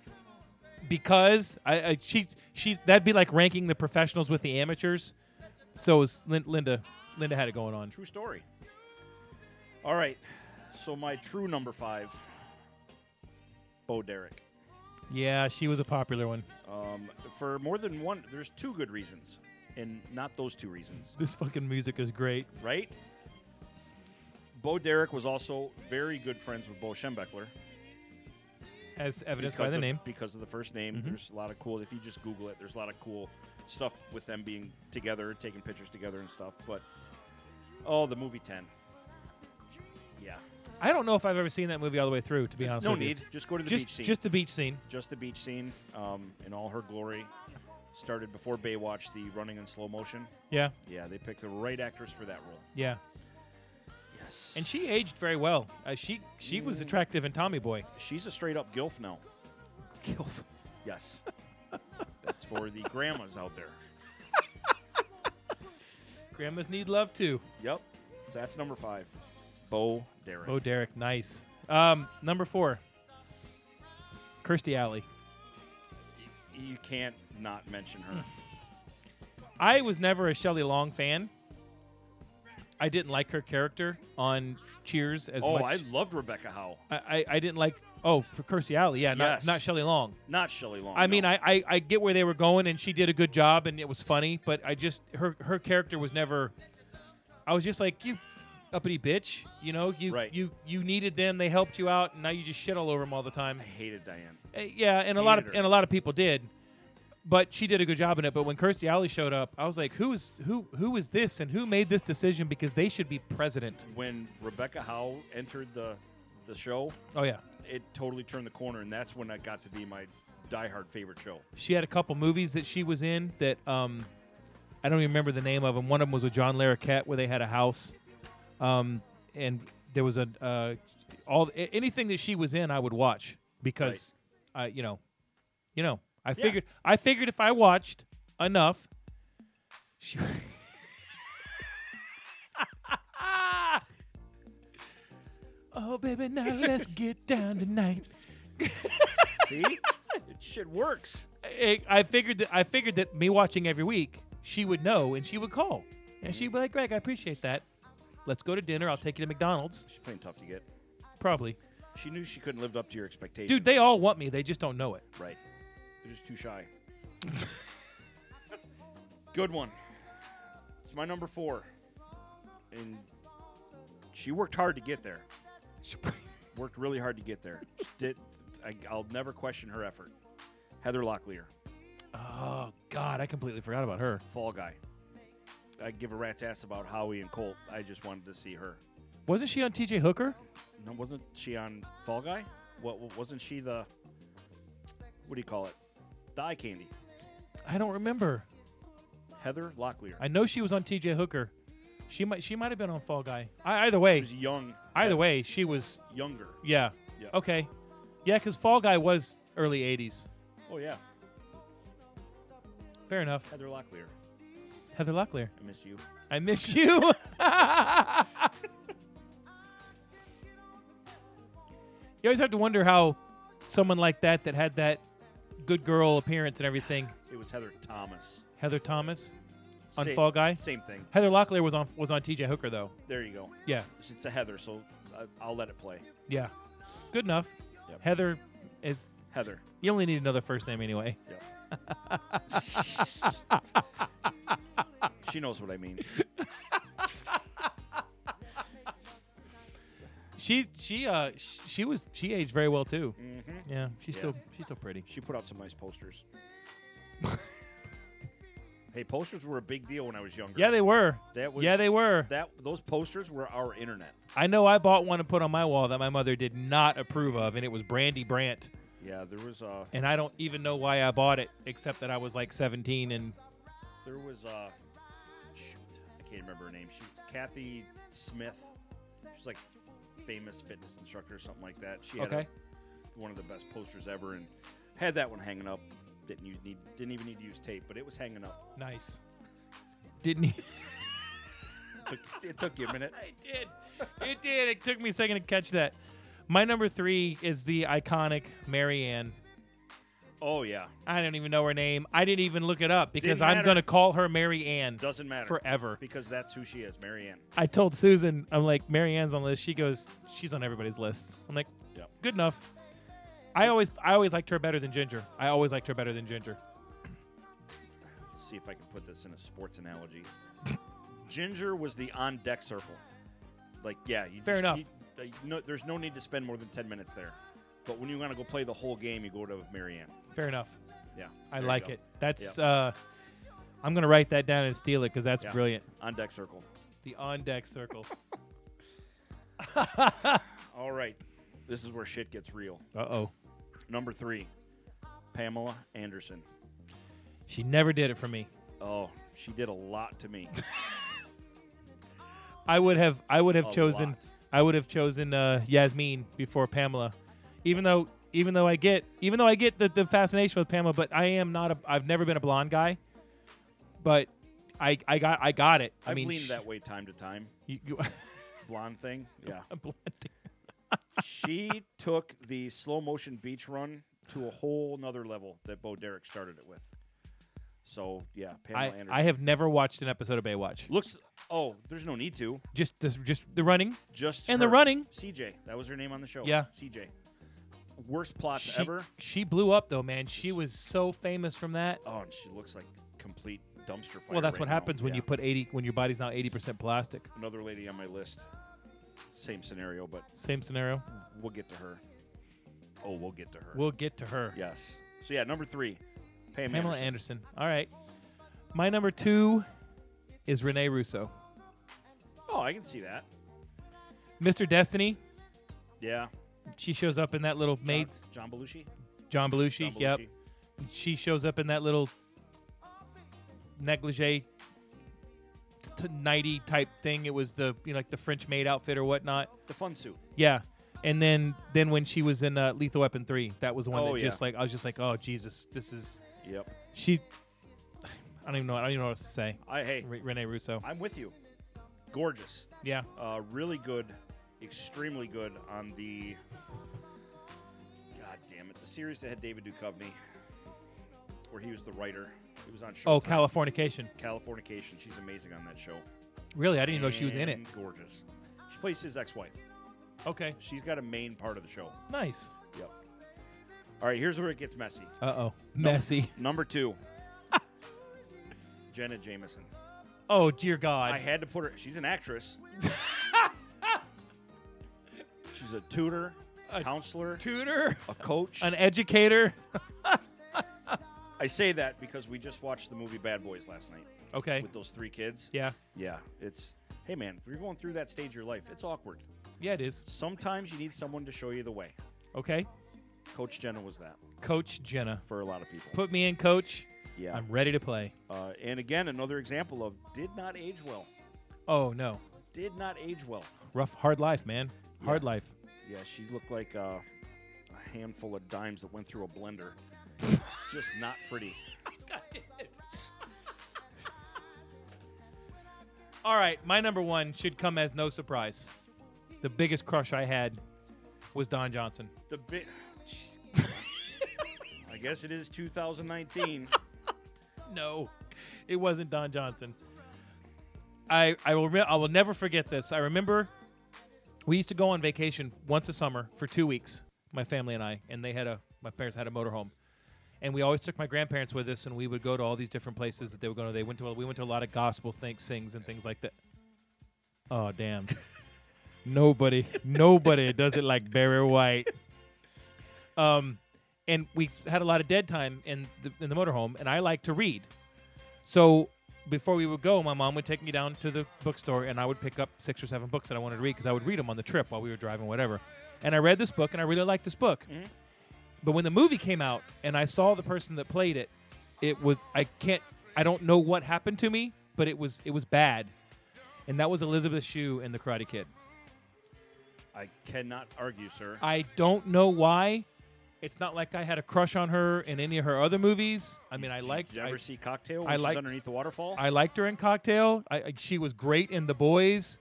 Speaker 3: because I, I she she's that'd be like ranking the professionals with the amateurs. So is Lin, Linda Linda had it going on.
Speaker 1: True story. All right. So my true number five, Bo Derek.
Speaker 3: Yeah, she was a popular one.
Speaker 1: Um, for more than one, there's two good reasons, and not those two reasons,
Speaker 3: This fucking music is great.
Speaker 1: right? Bo Derek was also very good friends with Bo Schembechler.
Speaker 3: as evidenced by
Speaker 1: because
Speaker 3: the
Speaker 1: of-
Speaker 3: name. Mm-hmm.
Speaker 1: Because of the first name, there's a lot of cool. If you just Google it, there's a lot of cool stuff with them being together, taking pictures together and stuff. But oh, the movie Ten. Yeah,
Speaker 3: I don't know if I've ever seen that movie all the way through, to be honest
Speaker 1: no
Speaker 3: with you.
Speaker 1: need. Just go to the
Speaker 3: just,
Speaker 1: beach scene.
Speaker 3: just the beach scene.
Speaker 1: Just the beach scene um, in all her glory. Started before Baywatch, the running in slow motion.
Speaker 3: Yeah,
Speaker 1: Yeah, they picked the right actress for that role.
Speaker 3: yeah.
Speaker 1: Yes,
Speaker 3: And she aged very well. Uh, she she was attractive in Tommy Boy.
Speaker 1: she's a straight up gilf now.
Speaker 3: Gilf.
Speaker 1: Yes, that's for the grandmas out there.
Speaker 3: Grandmas need love too.
Speaker 1: Yep, so that's number five. Bo Derek.
Speaker 3: Bo Oh, Derek, nice. Um, number four, Kirstie Alley.
Speaker 1: you can't not mention her.
Speaker 3: Hmm. I was never a Shelley Long fan. I didn't like her character on Cheers as
Speaker 1: oh,
Speaker 3: much.
Speaker 1: I loved Rebecca Howe,
Speaker 3: I, I I didn't like. Oh, for Kirstie Alley, yeah, not
Speaker 1: Yes.
Speaker 3: not Shelley Long.
Speaker 1: not Shelley Long.
Speaker 3: I mean,
Speaker 1: no.
Speaker 3: I, I, I get where they were going, and she did a good job, and it was funny. But I just her her character was never. I was just like you, uppity bitch. You know, you
Speaker 1: Right.
Speaker 3: you you needed them. They helped you out, and now you just shit all over them all the time.
Speaker 1: I hated Diane.
Speaker 3: Uh, Yeah, and a lot of
Speaker 1: Hated her.
Speaker 3: and a lot of people did, but she did a good job in it. But when Kirstie Alley showed up, I was like, who is who who is this, and who made this decision? Because they should be president.
Speaker 1: When Rebecca Howe entered the the show,
Speaker 3: Oh yeah,
Speaker 1: it totally turned the corner, and that's when I got to be my diehard favorite show.
Speaker 3: she had a couple movies that she was in that um, I don't even remember the name of them. One of them was with John Larroquette, where they had a house, um, and there was a uh, all a- anything that she was in, I would watch because, I you know, you know, I figured I figured if I watched enough, she. oh baby, now let's get down tonight.
Speaker 1: See, it shit works.
Speaker 3: I, I figured that I figured that me watching every week, she would know and she would call, and she'd be like, "Greg, I appreciate that. Let's go to dinner. I'll take you to McDonald's,
Speaker 1: She's playing tough to get.
Speaker 3: probably."
Speaker 1: She knew she couldn't live up to your expectations.
Speaker 3: Dude, they all want me. They just don't know it.
Speaker 1: right? They're just too shy. Good one. It's my number four, and she worked hard to get there. worked really hard to get there. Did I, I'll never question her effort. Heather Locklear,
Speaker 3: Oh God, I completely forgot about her.
Speaker 1: Fall Guy. I give a rat's ass about Howie and Colt. I just wanted to see her.
Speaker 3: Wasn't she on TJ Hooker?
Speaker 1: No, wasn't she on Fall Guy? What what- wasn't she the what do you call it? The eye candy.
Speaker 3: I don't remember.
Speaker 1: Heather Locklear.
Speaker 3: I know she was on TJ Hooker. She might she might have been on Fall Guy. I, either way,
Speaker 1: She was young.
Speaker 3: either
Speaker 1: but
Speaker 3: way, she was
Speaker 1: younger.
Speaker 3: yeah.
Speaker 1: Yeah.
Speaker 3: Okay. Yeah, cuz Fall Guy was early 80s.
Speaker 1: Oh yeah,
Speaker 3: Fair enough.
Speaker 1: Heather Locklear.
Speaker 3: Heather Locklear.
Speaker 1: I miss you.
Speaker 3: I miss you. you always have to wonder how someone like that that had that good girl appearance and everything,
Speaker 1: It was Heather Thomas.
Speaker 3: Heather Thomas on
Speaker 1: Same-
Speaker 3: Fall Guy.
Speaker 1: Same thing.
Speaker 3: Heather Locklear was on was on TJ Hooker though.
Speaker 1: There you go.
Speaker 3: Yeah.
Speaker 1: It's a Heather, so I- I'll let it play.
Speaker 3: Yeah. Good enough.
Speaker 1: Yep.
Speaker 3: Heather is
Speaker 1: Heather.
Speaker 3: you only need another first name anyway.
Speaker 1: Yep. she knows what I mean.
Speaker 3: She she uh sh- she was she aged very well too.
Speaker 1: hmm
Speaker 3: Yeah, she's
Speaker 1: Yeah.
Speaker 3: still she's still pretty.
Speaker 1: She put out some nice posters. hey, posters were a big deal when I was younger.
Speaker 3: Yeah, they were.
Speaker 1: That was,
Speaker 3: yeah, they were.
Speaker 1: That those posters were our internet.
Speaker 3: I know I bought one and put on my wall that my mother did not approve of, and it was Brandy Brandt.
Speaker 1: Yeah, there was uh
Speaker 3: And I don't even know why I bought it, except that I was like 17 and
Speaker 1: there was uh shoot, I can't remember her name. She Kathy Smith. She's like famous fitness instructor or something like that. She had a-
Speaker 3: okay.
Speaker 1: one of the best posters ever and had that one hanging up. Didn't you need didn't even need to use tape, but it was hanging up.
Speaker 3: Nice. Didn't e- he?
Speaker 1: It took, it took you a minute.
Speaker 3: I did. It did. It took me a second to catch that. My number three is the iconic Marianne.
Speaker 1: Oh yeah.
Speaker 3: I don't even know her name. I didn't even look it up because I'm
Speaker 1: matter.
Speaker 3: going to call her Mary Ann
Speaker 1: Doesn't matter.
Speaker 3: forever.
Speaker 1: Because that's who she is, Marianne.
Speaker 3: I told Susan, I'm like, Mary Ann's on the list. She goes, she's on everybody's list. I'm like,
Speaker 1: Yep.
Speaker 3: good enough. I always, I always liked her better than Ginger. I always liked her better than Ginger.
Speaker 1: Let's see if I can put this in a sports analogy. Ginger was the on deck circle. Like, yeah, you
Speaker 3: Fair
Speaker 1: just-
Speaker 3: enough.
Speaker 1: You, uh, no, there's no need to spend more than 10 minutes there. But when you want to go play the whole game, you go to Marianne.
Speaker 3: Fair enough.
Speaker 1: Yeah.
Speaker 3: I
Speaker 1: there you
Speaker 3: like
Speaker 1: go.
Speaker 3: it. That's,
Speaker 1: Yep.
Speaker 3: uh, I'm gonna write that down and steal it because that's
Speaker 1: Yeah.
Speaker 3: brilliant.
Speaker 1: On deck circle.
Speaker 3: The on deck circle.
Speaker 1: All right. This is where shit gets real.
Speaker 3: uh oh,
Speaker 1: Number three, Pamela Anderson.
Speaker 3: she never did it for me.
Speaker 1: Oh, she did a lot to me.
Speaker 3: I would have, I would have
Speaker 1: A
Speaker 3: chosen,
Speaker 1: lot.
Speaker 3: I would have chosen uh, Yasmin before Pamela, even though, even though I get, even though I get the, the fascination with Pamela, but I am not a, I've never been a blonde guy, but I, I got, I got it. I
Speaker 1: I've
Speaker 3: mean,
Speaker 1: leaned
Speaker 3: sh-
Speaker 1: that way time to time.
Speaker 3: You, you
Speaker 1: Blonde thing. Yeah.
Speaker 3: a blonde thing.
Speaker 1: she took the slow motion beach run to a whole nother level that Bo Derek started it with. So yeah, Pamela
Speaker 3: I,
Speaker 1: Anderson
Speaker 3: I have never watched an episode of Baywatch.
Speaker 1: looks. Oh, there's no need to
Speaker 3: Just, this, just the running.
Speaker 1: just
Speaker 3: And the
Speaker 1: her.
Speaker 3: running.
Speaker 1: CJ, that was her name on the show.
Speaker 3: Yeah.
Speaker 1: CJ. Worst plots
Speaker 3: She,
Speaker 1: ever.
Speaker 3: she blew up though, man. She was so famous from that.
Speaker 1: Oh, and she looks like complete dumpster fire.
Speaker 3: Well, that's
Speaker 1: right
Speaker 3: what
Speaker 1: now.
Speaker 3: happens when
Speaker 1: Yeah.
Speaker 3: you put eighty when your body's now eighty percent plastic.
Speaker 1: another lady on my list. Same scenario, but
Speaker 3: Same scenario.
Speaker 1: we'll get to her. Oh, we'll get to her.
Speaker 3: We'll get to her.
Speaker 1: yes. So yeah, number three, Pam
Speaker 3: Pamela
Speaker 1: Anderson.
Speaker 3: Anderson. All right. My number two is Renee Russo.
Speaker 1: Oh, I can see that.
Speaker 3: Mr. Destiny.
Speaker 1: Yeah.
Speaker 3: She shows up in that little
Speaker 1: John-
Speaker 3: maid's
Speaker 1: John Belushi.
Speaker 3: John Belushi.
Speaker 1: John
Speaker 3: Yep.
Speaker 1: Belushi.
Speaker 3: She shows up in that little negligee t- nighty type thing. It was the you know, like the French maid outfit or whatnot.
Speaker 1: The fun suit.
Speaker 3: Yeah. And then then when she was in uh, Lethal Weapon three, that was one
Speaker 1: Oh,
Speaker 3: that
Speaker 1: yeah.
Speaker 3: just like I was just like, oh Jesus, this is
Speaker 1: Yep.
Speaker 3: she. I don't even know. I don't even know what else to say.
Speaker 1: I hey,
Speaker 3: Re- Renee Russo.
Speaker 1: I'm with you. Gorgeous.
Speaker 3: Yeah.
Speaker 1: Uh, really good. Extremely good on the. God damn it! The series that had David Duchovny, where he was the writer. It was on Showtime.
Speaker 3: Oh, Californication.
Speaker 1: Californication. She's amazing on that show.
Speaker 3: Really, I didn't even know she was in it.
Speaker 1: And Gorgeous. She plays his ex-wife.
Speaker 3: Okay.
Speaker 1: She's got a main part of the show.
Speaker 3: Nice.
Speaker 1: Yep. All right, here's where it gets messy.
Speaker 3: Uh oh. Messy.
Speaker 1: Number two, Jenna Jameson.
Speaker 3: Oh dear God.
Speaker 1: I had to put her. She's an actress. she's a tutor, a counselor,
Speaker 3: tutor.
Speaker 1: a coach.
Speaker 3: An educator.
Speaker 1: I say that because we just watched the movie Bad Boys last night.
Speaker 3: Okay.
Speaker 1: with those three kids.
Speaker 3: Yeah.
Speaker 1: Yeah, it's hey man, if you're going through that stage of your life, it's awkward.
Speaker 3: Yeah, it is.
Speaker 1: Sometimes you need someone to show you the way.
Speaker 3: Okay.
Speaker 1: Coach Jenna was that
Speaker 3: Coach Jenna.
Speaker 1: for a lot of people.
Speaker 3: Put me in, coach.
Speaker 1: yeah,
Speaker 3: I'm ready to play.
Speaker 1: uh, and again, another example of did not age well.
Speaker 3: Oh, no.
Speaker 1: Did not age well.
Speaker 3: Rough, hard life, man. Hard
Speaker 1: Yeah.
Speaker 3: life.
Speaker 1: Yeah, she looked like uh, a handful of dimes that went through a blender. Just not pretty.
Speaker 3: All right. My number one should come as no surprise. The biggest crush I had was Don Johnson.
Speaker 1: The bit. I guess it is 2019.
Speaker 3: No, it wasn't Don Johnson. I I will re- I will never forget this. I remember we used to go on vacation once a summer for two weeks, my family and I, and they had a my parents had a motorhome, and we always took my grandparents with us, and we would go to all these different places that they were going to. They went to we went to a lot of gospel things, sings, and things like that. Oh damn. Nobody, nobody does it like Barry White. Um, and we s- had a lot of dead time in the, in the motorhome, and I like to read. So before we would go, my mom would take me down to the bookstore, and I would pick up six or seven books that I wanted to read because I would read them on the trip while we were driving, whatever. And I read this book, and I really liked this book. But when the movie came out, and I saw the person that played it, it was I can't I don't know what happened to me, but it was it was bad, and that was Elizabeth Shue in The Karate Kid.
Speaker 1: I cannot argue, sir.
Speaker 3: I don't know why. It's not like I had a crush on her in any of her other movies. I mean, I
Speaker 1: Did
Speaker 3: liked
Speaker 1: you ever
Speaker 3: I,
Speaker 1: see Cocktail? When
Speaker 3: I
Speaker 1: she's
Speaker 3: like-
Speaker 1: underneath the waterfall.
Speaker 3: I liked her in Cocktail. I, I- she was great in The Boys,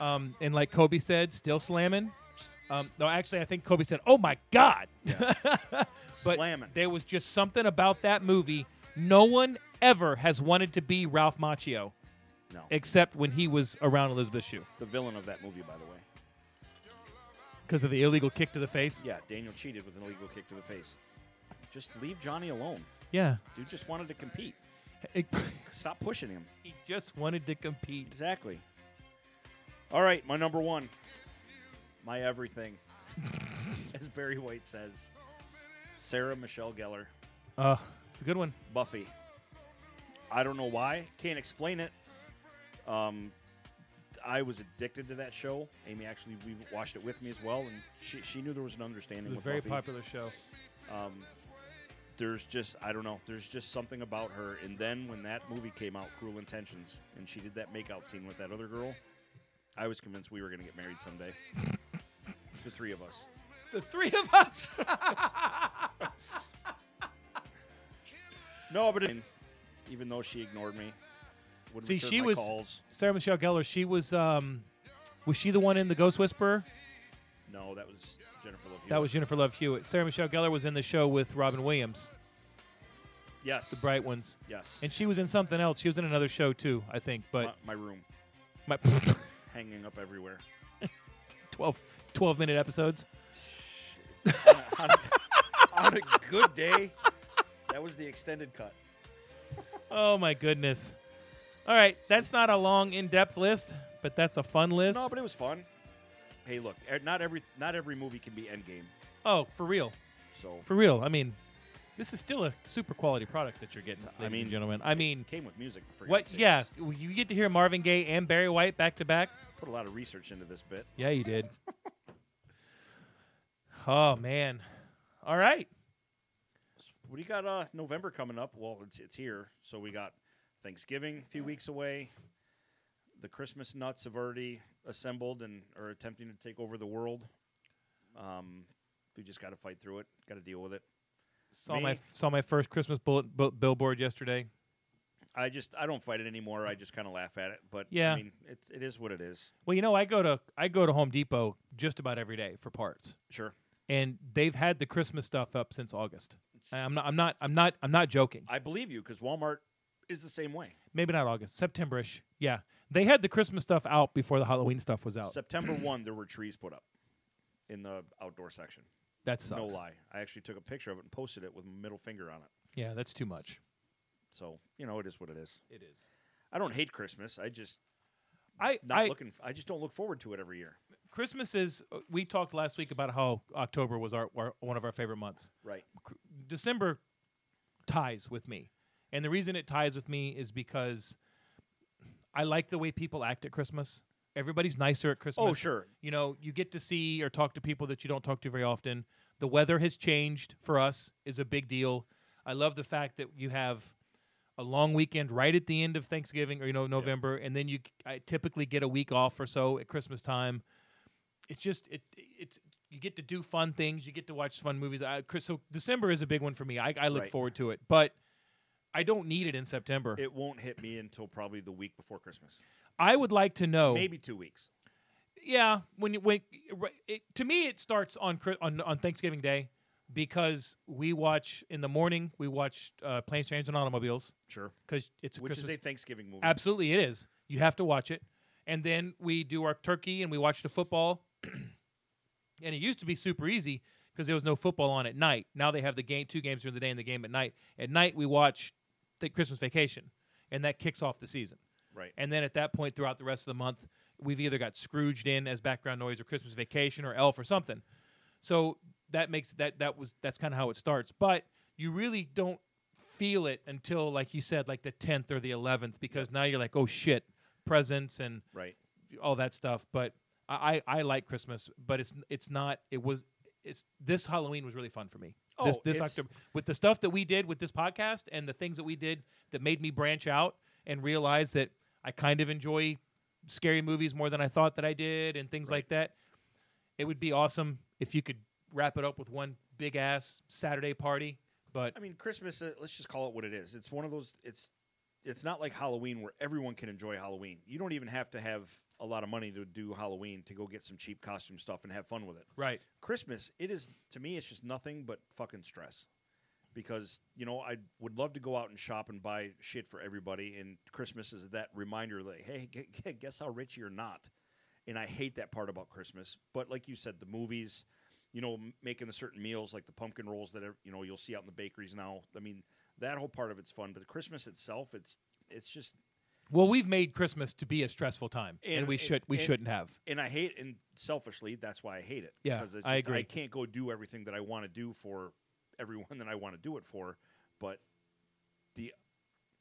Speaker 3: um, and like Kobe said, still slamming. Um, no, actually, I think Kobe said, "Oh my God!" but
Speaker 1: Slamming.
Speaker 3: there was just something about that movie. No one ever has wanted to be Ralph Macchio,
Speaker 1: no,
Speaker 3: except when he was around Elizabeth Shue
Speaker 1: the villain of that movie, by the way.
Speaker 3: because of the illegal kick to the face.
Speaker 1: Yeah, Daniel cheated with an illegal kick to the face. Just leave Johnny alone.
Speaker 3: Yeah,
Speaker 1: Dude just wanted to compete.
Speaker 3: It-
Speaker 1: Stop pushing him.
Speaker 3: he just wanted to compete.
Speaker 1: Exactly. All right, my number one. My everything. As Barry White says, Sarah Michelle Gellar,
Speaker 3: Uh, it's a good one.
Speaker 1: Buffy. I don't know why. Can't explain it. Um, I was addicted to that show. Amy actually we watched it with me as well, and she, she knew there was an
Speaker 3: It
Speaker 1: understanding.
Speaker 3: was a
Speaker 1: with
Speaker 3: very
Speaker 1: Buffy.
Speaker 3: popular show.
Speaker 1: um, there's just I don't know. There's just something about her. And then when that movie came out, Cruel Intentions, and she did that makeout scene with that other girl, I was convinced we were gonna get married someday. the three of us.
Speaker 3: The three of us.
Speaker 1: No, but it, even though she ignored me, wouldn't
Speaker 3: See,
Speaker 1: return
Speaker 3: she
Speaker 1: my
Speaker 3: was
Speaker 1: calls.
Speaker 3: Sarah Michelle Gellar. She was, um, was she the one in the Ghost Whisperer?
Speaker 1: No, that was Jennifer Love.
Speaker 3: That was Jennifer Love Hewitt. Sarah Michelle Gellar was in the show with Robin Williams,
Speaker 1: yes,
Speaker 3: the Bright Ones,
Speaker 1: yes.
Speaker 3: and she was in something else. She was in another show too, I think.
Speaker 1: my,
Speaker 3: But
Speaker 1: my room
Speaker 3: my
Speaker 1: hanging up everywhere.
Speaker 3: 12, 12 minute episodes.
Speaker 1: On a good day, that was the extended cut.
Speaker 3: Oh my goodness! All right, that's not a long, in depth list, but that's a fun list.
Speaker 1: No, but it was fun. Hey, look, e- not every not every movie can be Endgame.
Speaker 3: oh, for real.
Speaker 1: So
Speaker 3: For real. I mean, this is still a super quality product that you're getting, ladies
Speaker 1: mean,
Speaker 3: and gentlemen. I mean,
Speaker 1: came with music. For
Speaker 3: what?
Speaker 1: God's sakes.
Speaker 3: Yeah, you get to hear Marvin Gaye and Barry White back to back.
Speaker 1: put a lot of research into this bit.
Speaker 3: Yeah, you did. oh man. All right.
Speaker 1: What do you got? Uh, November coming up. Well, it's it's here. So we got Thanksgiving a few weeks away. The Christmas nuts have already assembled and are attempting to take over the world. Um, we just got to fight through it. Got to deal with it.
Speaker 3: Saw
Speaker 1: Me?
Speaker 3: my saw my first Christmas bullet bu- billboard yesterday.
Speaker 1: I just I don't fight it anymore. I just kind of laugh at it. But
Speaker 3: Yeah.
Speaker 1: I mean, it's it is what it is.
Speaker 3: Well, you know, I go to I go to Home Depot just about every day for parts,
Speaker 1: Sure.
Speaker 3: and they've had the Christmas stuff up since August. I- I'm not I'm not I'm not I'm not joking.
Speaker 1: I believe you because Walmart is the same way.
Speaker 3: Maybe not August, Septemberish. Yeah, they had the Christmas stuff out before the Halloween stuff was out.
Speaker 1: September 1, there were trees put up in the outdoor section.
Speaker 3: that sucks.
Speaker 1: No lie. I actually took a picture of it and posted it with my middle finger on it.
Speaker 3: Yeah, that's too much.
Speaker 1: So, you know, it is what it is.
Speaker 3: It is.
Speaker 1: I don't hate Christmas. I just
Speaker 3: I,
Speaker 1: not
Speaker 3: I
Speaker 1: looking f- I just don't look forward to it every year.
Speaker 3: Christmas is. uh, We talked last week about how October was our, our one of our favorite months.
Speaker 1: Right.
Speaker 3: December ties with me. And the reason it ties with me is because I like the way people act at Christmas. Everybody's nicer at Christmas.
Speaker 1: Oh, sure.
Speaker 3: You know, you get to see or talk to people that you don't talk to very often. The weather has changed for us is a big deal. I love the fact that you have a long weekend right at the end of Thanksgiving or you know November, and then you I typically get a week off or so at Christmas time. It's just it it's you get to do fun things, you get to watch fun movies. I, Chris, so December is a big one for me. I, I look
Speaker 1: Right.
Speaker 3: forward to it, but I don't need it in September.
Speaker 1: It won't hit me until probably the week before Christmas.
Speaker 3: I would like to know
Speaker 1: Maybe two weeks.
Speaker 3: Yeah, when you when right, it, to me it starts on Chri- on on Thanksgiving Day because we watch in the morning we watch uh, Planes, Trains, and Automobiles
Speaker 1: Sure.
Speaker 3: because it's a
Speaker 1: Which
Speaker 3: Christmas.
Speaker 1: is a Thanksgiving movie.
Speaker 3: absolutely, it is. You have to watch it, and then we do our turkey and we watch the football. and it used to be super easy because there was no football on at night. Now they have the game two games during the day and the game at night. At night we watch the Christmas Vacation, and that kicks off the season.
Speaker 1: Right.
Speaker 3: And then at that point, throughout the rest of the month, we've either got Scrooged in as background noise, or Christmas Vacation, or Elf, or something. So that makes that that was that's kind of how it starts. But you really don't feel it until, like you said, like the tenth or the eleventh, because now you're like, oh shit, presents and
Speaker 1: Right.
Speaker 3: all that stuff. But I, I I like Christmas, but it's it's not. It was it's this Halloween was really fun for me. this
Speaker 1: Oh,
Speaker 3: this
Speaker 1: it's-
Speaker 3: October with the stuff that we did with this podcast and the things that we did that made me branch out and realize that I kind of enjoy scary movies more than I thought that I did and things like that. It would be awesome if you could wrap it up with one big ass Saturday party. But
Speaker 1: I mean, Christmas. Uh, let's just call it what it is. It's one of those. It's it's not like Halloween where everyone can enjoy Halloween. You don't even have to have a lot of money to do Halloween to go get some cheap costume stuff and have fun with it.
Speaker 3: right,
Speaker 1: Christmas, it is to me, it's just nothing but fucking stress. Because you know, I would love to go out and shop and buy shit for everybody, and Christmas is that reminder, like, hey, gu- gu- guess how rich you're not. And I hate that part about Christmas. But like you said, the movies, you know, m- making the certain meals like the pumpkin rolls that are, you know you'll see out in the bakeries now. I mean, that whole part of it's fun, but the Christmas itself, it's it's just
Speaker 3: well, we've made Christmas to be a stressful time, and,
Speaker 1: And-
Speaker 3: we
Speaker 1: and-
Speaker 3: should we
Speaker 1: and-
Speaker 3: shouldn't have.
Speaker 1: and I hate and selfishly that's why I hate it.
Speaker 3: Yeah,
Speaker 1: because it's
Speaker 3: I
Speaker 1: just,
Speaker 3: agree.
Speaker 1: I can't go do everything that I want to do for everyone that I want to do it for. But the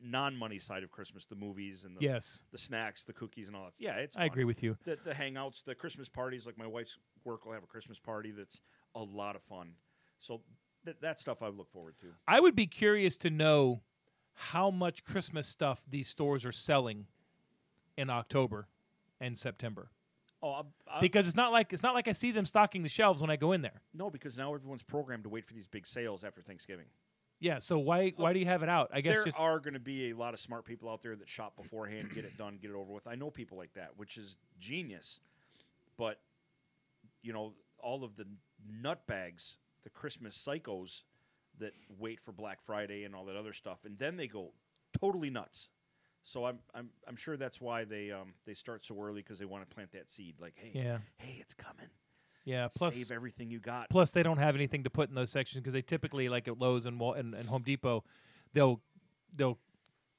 Speaker 1: non-money side of Christmas, the movies and the,
Speaker 3: Yes,
Speaker 1: the snacks, the cookies and all that. Yeah, it's.
Speaker 3: I agree with you.
Speaker 1: The, the hangouts, the Christmas parties, like my wife's work will have a Christmas party that's a lot of fun. So th- that stuff I look forward to.
Speaker 3: I would be curious to know how much Christmas stuff these stores are selling in October and September.
Speaker 1: Oh, I'll, I'll-
Speaker 3: Because it's not like it's not like I see them stocking the shelves when I go in there.
Speaker 1: no, because now everyone's programmed to wait for these big sales after Thanksgiving.
Speaker 3: Yeah, so why why do you have it out? I guess
Speaker 1: there
Speaker 3: just
Speaker 1: are going to be a lot of smart people out there that shop beforehand, get it done, get it over with. I know people like that, which is genius. But you know, all of the nutbags, the Christmas psychos that wait for Black Friday and all that other stuff, and then they go totally nuts. So I'm I'm I'm sure that's why they um they start so early because they want to plant that seed. Like, hey,
Speaker 3: yeah,
Speaker 1: hey, it's coming.
Speaker 3: yeah. Plus,
Speaker 1: Save everything you got.
Speaker 3: plus they don't have anything to put in those sections because they typically like at Lowe's and, Wal- and and Home Depot, they'll they'll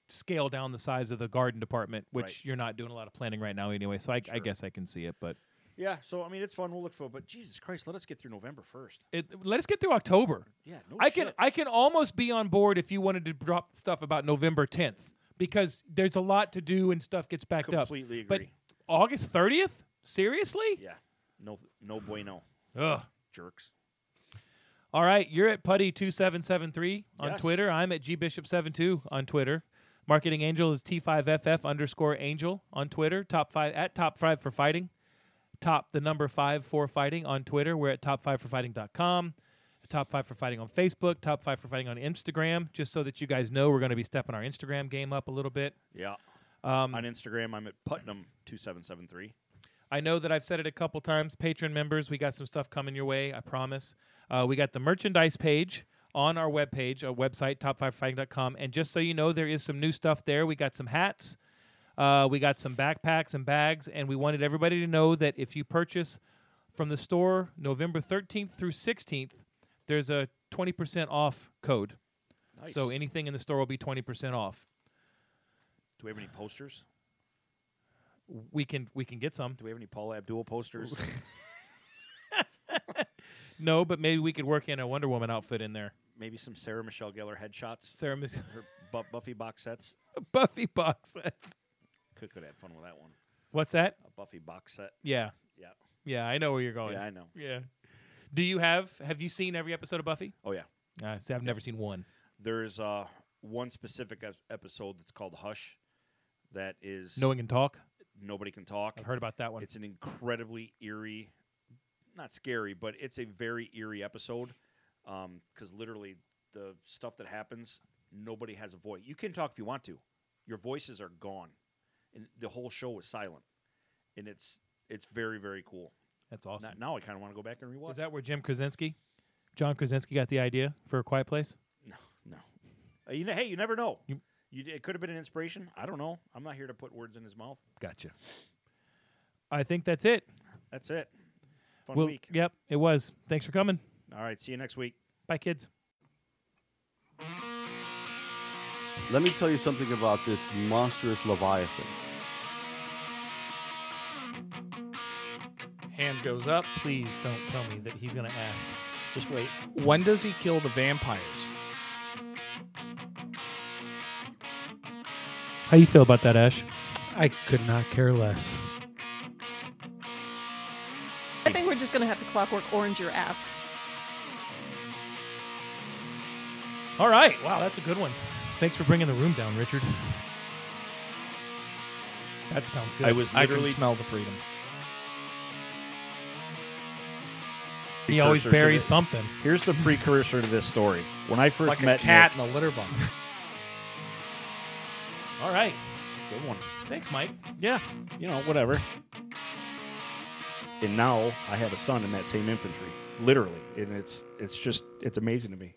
Speaker 3: scale down the size of the garden department, which
Speaker 1: Right.
Speaker 3: you're not doing a lot of planning right now anyway. So I, I
Speaker 1: Sure.
Speaker 3: guess I can see it, but
Speaker 1: yeah. So I mean, it's fun. We'll look for. But Jesus Christ, let us get through November first.
Speaker 3: it, let us get through October.
Speaker 1: Yeah. No
Speaker 3: I can
Speaker 1: Oh, shit.
Speaker 3: I can almost be on board if you wanted to drop stuff about November 10th because there's a lot to do and stuff gets backed
Speaker 1: completely
Speaker 3: up. But
Speaker 1: agree.
Speaker 3: August 30th? Seriously?
Speaker 1: Yeah. No, no bueno,
Speaker 3: Ugh.
Speaker 1: jerks.
Speaker 3: All right, you're at putty2773 on
Speaker 1: Yes.
Speaker 3: Twitter. I'm at gbishop72 on Twitter. Marketing Angel is T5FF underscore Angel on Twitter. Top five at top five for fighting. Top the number five for fighting on Twitter. We're at top five for fighting.com. Top five for fighting on Facebook. Top five for fighting on Instagram. Just so that you guys know, we're going to be stepping our Instagram game up a little bit.
Speaker 1: Yeah.
Speaker 3: Um,
Speaker 1: On Instagram, I'm at Putnam two seven seven three.
Speaker 3: I know that I've said it a couple times. Patron members, we got some stuff coming your way. I promise. Uh, we got the merchandise page on our webpage, our website, top5fighting.com. And just so you know, there is some new stuff there. We got some hats. Uh, we got some backpacks and bags. And we wanted everybody to know that if you purchase from the store November 13th through 16th, there's a 20% off code.
Speaker 1: Nice.
Speaker 3: So anything in the store will be 20% off.
Speaker 1: do we have any posters?
Speaker 3: We can we can get some.
Speaker 1: Do we have any Paula Abdul posters?
Speaker 3: No, but maybe we could work in a Wonder Woman outfit in there.
Speaker 1: Maybe some Sarah Michelle Gellar headshots.
Speaker 3: Sarah Miss-
Speaker 1: Her Bu- Buffy box sets.
Speaker 3: Buffy box sets.
Speaker 1: Could could have fun with that one.
Speaker 3: What's that?
Speaker 1: A Buffy box set.
Speaker 3: Yeah,
Speaker 1: Yeah.
Speaker 3: yeah, I know where you're going.
Speaker 1: Oh, yeah, I know.
Speaker 3: Yeah. Do you have have you seen every episode of Buffy?
Speaker 1: Oh yeah.
Speaker 3: Uh, see, I've never seen one.
Speaker 1: There's uh one specific ep- episode that's called Hush. That is
Speaker 3: No one can talk.
Speaker 1: nobody can talk.
Speaker 3: I've heard about that one.
Speaker 1: It's an incredibly eerie, not scary, but it's a very eerie episode because literally the stuff that happens, nobody has a voice. You can talk if you want to, your voices are gone, and the whole show is silent, and it's it's very very cool.
Speaker 3: That's
Speaker 1: Now-
Speaker 3: awesome.
Speaker 1: Now I kind of want to go back and rewatch.
Speaker 3: Is that where Jim Krasinski, John Krasinski, got the idea for a Quiet Place?
Speaker 1: no, no. Uh, you know, hey, you never know.
Speaker 3: You-
Speaker 1: You, d- it could have been an inspiration. I don't know. I'm not here to put words in his mouth.
Speaker 3: Gotcha. I think that's it.
Speaker 1: That's it. Fun
Speaker 3: Well,
Speaker 1: week.
Speaker 3: Yep, it was. Thanks for coming.
Speaker 1: All right. See you next week.
Speaker 3: Bye, kids.
Speaker 5: Let me tell you something about this monstrous Leviathan.
Speaker 2: Hand goes up.
Speaker 3: Please don't tell me that he's gonna ask.
Speaker 1: Just wait.
Speaker 2: When does he kill the vampires?
Speaker 3: How you feel about that, Ash?
Speaker 2: I could not care less.
Speaker 4: I think we're just going to have to clockwork orange your ass.
Speaker 3: All right. Wow, that's a good one. Thanks for bringing the room down, Richard.
Speaker 2: That sounds good.
Speaker 1: I was
Speaker 2: I can
Speaker 1: literally-
Speaker 2: smell the freedom.
Speaker 3: He always
Speaker 1: Precursor to
Speaker 3: buries
Speaker 1: the-
Speaker 3: something.
Speaker 1: Here's the precursor to this story. When I
Speaker 2: It's
Speaker 1: first
Speaker 2: like a
Speaker 1: met
Speaker 2: cat in a litter box.
Speaker 3: All right.
Speaker 1: Nick, good one.
Speaker 3: Thanks, Mike.
Speaker 1: Yeah, you know, whatever. And now I have a son in that same infantry, literally, and it's it's just it's amazing to me.